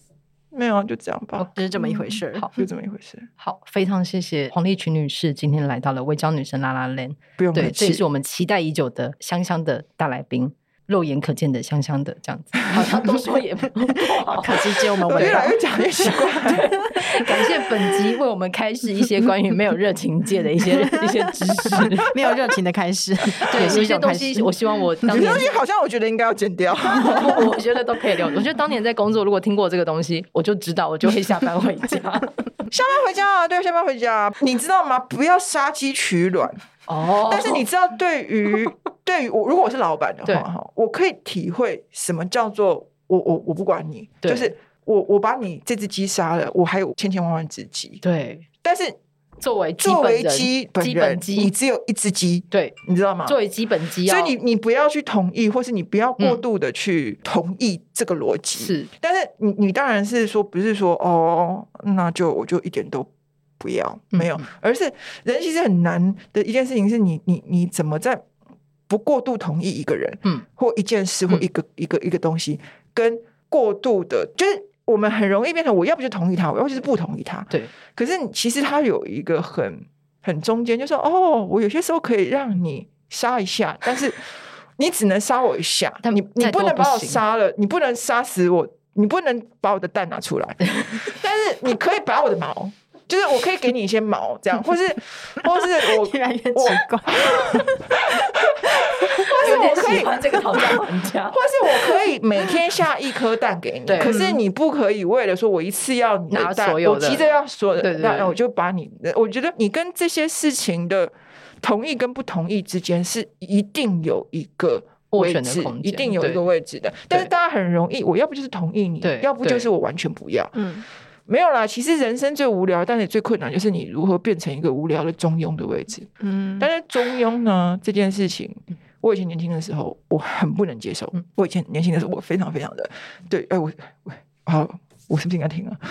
S4: 没有啊，就这样吧，
S3: 就是这么一回事儿。
S5: 哦好
S4: 就这么一回事，
S5: 嗯好，非常谢谢黄丽群女士今天来到了微娇女神拉拉 l
S4: 不用
S5: 对，
S4: 客
S5: 这
S4: 气
S5: 也是。我们期待已久的香香的大来宾，肉眼可见的香香的这样子，好像多说也不 好。
S3: 可惜只有我们
S4: 我
S3: 围
S4: 越
S3: 绕
S4: 来越讲越奇 怪，
S5: 感谢本集为我们开示一些关于没有热情界的一些一些知识。
S3: 没有热情的开始，
S5: 对，
S3: 也是
S5: 有
S3: 一
S5: 些
S3: 种
S5: 东
S3: 开
S5: 西
S3: 始。
S5: 我希望我
S4: 有
S5: 当
S4: 些
S5: 年
S4: 东西好像我觉得应该要剪掉。
S5: 我我觉得都可以留。我觉得当年在工作，如果听过这个东西，我就知道，我就会下班回家。
S4: 下班回家啊，对，下班回家、啊，你知道吗？不要杀鸡取卵。
S5: 哦
S4: 但是你知道，对于对于我，如果我是老板的
S5: 对
S4: 话，哈，我可以体会什么叫做我我我不管你，
S5: 对
S4: 就是我我把你这只鸡杀了，我还有千千万万只鸡，
S5: 对，
S4: 但是
S5: 作为基
S4: 作
S5: 本
S4: 为
S5: 人
S4: 鸡本
S5: 基
S4: 人
S5: 本，
S4: 你
S5: 鸡，
S4: 只有一只鸡，
S5: 对，
S4: 你知道吗？
S5: 作为基本鸡
S4: 所
S5: 要，
S4: 以你你不要去同意，或是你不要过
S5: 嗯
S4: 度的去同意这个逻辑。
S5: 是
S4: 但是你你当然是说不是说哦，那就我就一点都不要
S5: 嗯
S4: 没有，
S5: 嗯
S4: 而是人其实很难的一件事情是你你你怎么在不过度同意一个人，
S5: 嗯，
S4: 或一件事或一个、一个一个东西，跟过度的，就是我们很容易变成我要不就同意他，我要不就是不同意他。
S5: 对，
S4: 可是其实他有一个很很中间，就是哦，我有些时候可以让你杀一 下，但是你只能杀我一下，
S5: 但
S4: 你你
S5: 再多
S4: 不能
S5: 不
S4: 把我
S5: 行
S4: 杀了，你不能杀死我，你不能把我的蛋拿出 来，但是你可以拔我的毛，就是我可以给你一些毛，这样，或是 或是我
S3: 越来越奇怪，
S5: 有点
S4: 可以
S5: 喜欢这个讨价还价
S4: 或。是我可以每天下一颗蛋给你，
S5: 对
S4: 可是你不可以为了说我一次要你
S5: 拿
S4: 的蛋，
S5: 所有
S4: 我
S5: 的
S4: 急着要所有
S5: 对
S4: 的
S5: 对
S4: 蛋，
S5: 对
S4: 那我就把你的，我觉得你跟这些事情的同意跟不同意之间是一定有一个。
S5: 斡
S4: 位
S5: 旋的
S4: 置
S5: 空间
S4: 一定有一
S5: 对
S4: 个位置的，但是大家很容易，我要不就是同意你
S5: 对，
S4: 要不
S5: 对
S4: 就是我完全不要。
S3: 嗯，
S4: 没有啦，其实人生最无聊，但是最困难就是你如何变成一个无聊的中庸的位置。
S3: 嗯，
S4: 但是中庸呢这件事情，
S5: 嗯
S4: 我以前年轻的时候我很不能接受。
S6: 嗯
S4: 我以前年轻的时候我非常非常的对，哎，我我好，我是不是应该停了？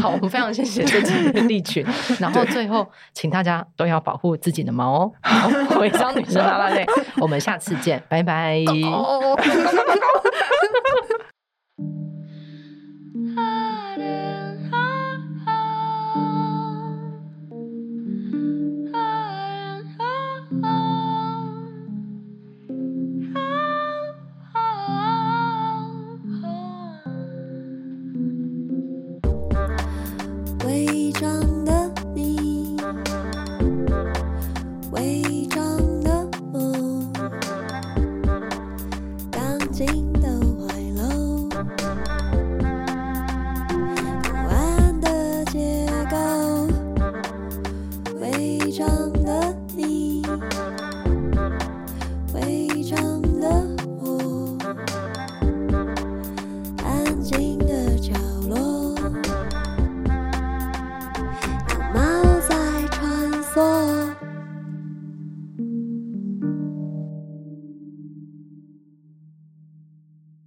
S1: 好，我们非常谢谢这几个利群，然后最后请大家都要保护自己的毛哦。好我也当女生啦啦队，我们下次见，拜拜。
S7: 伪装的你，伪装的我，钢筋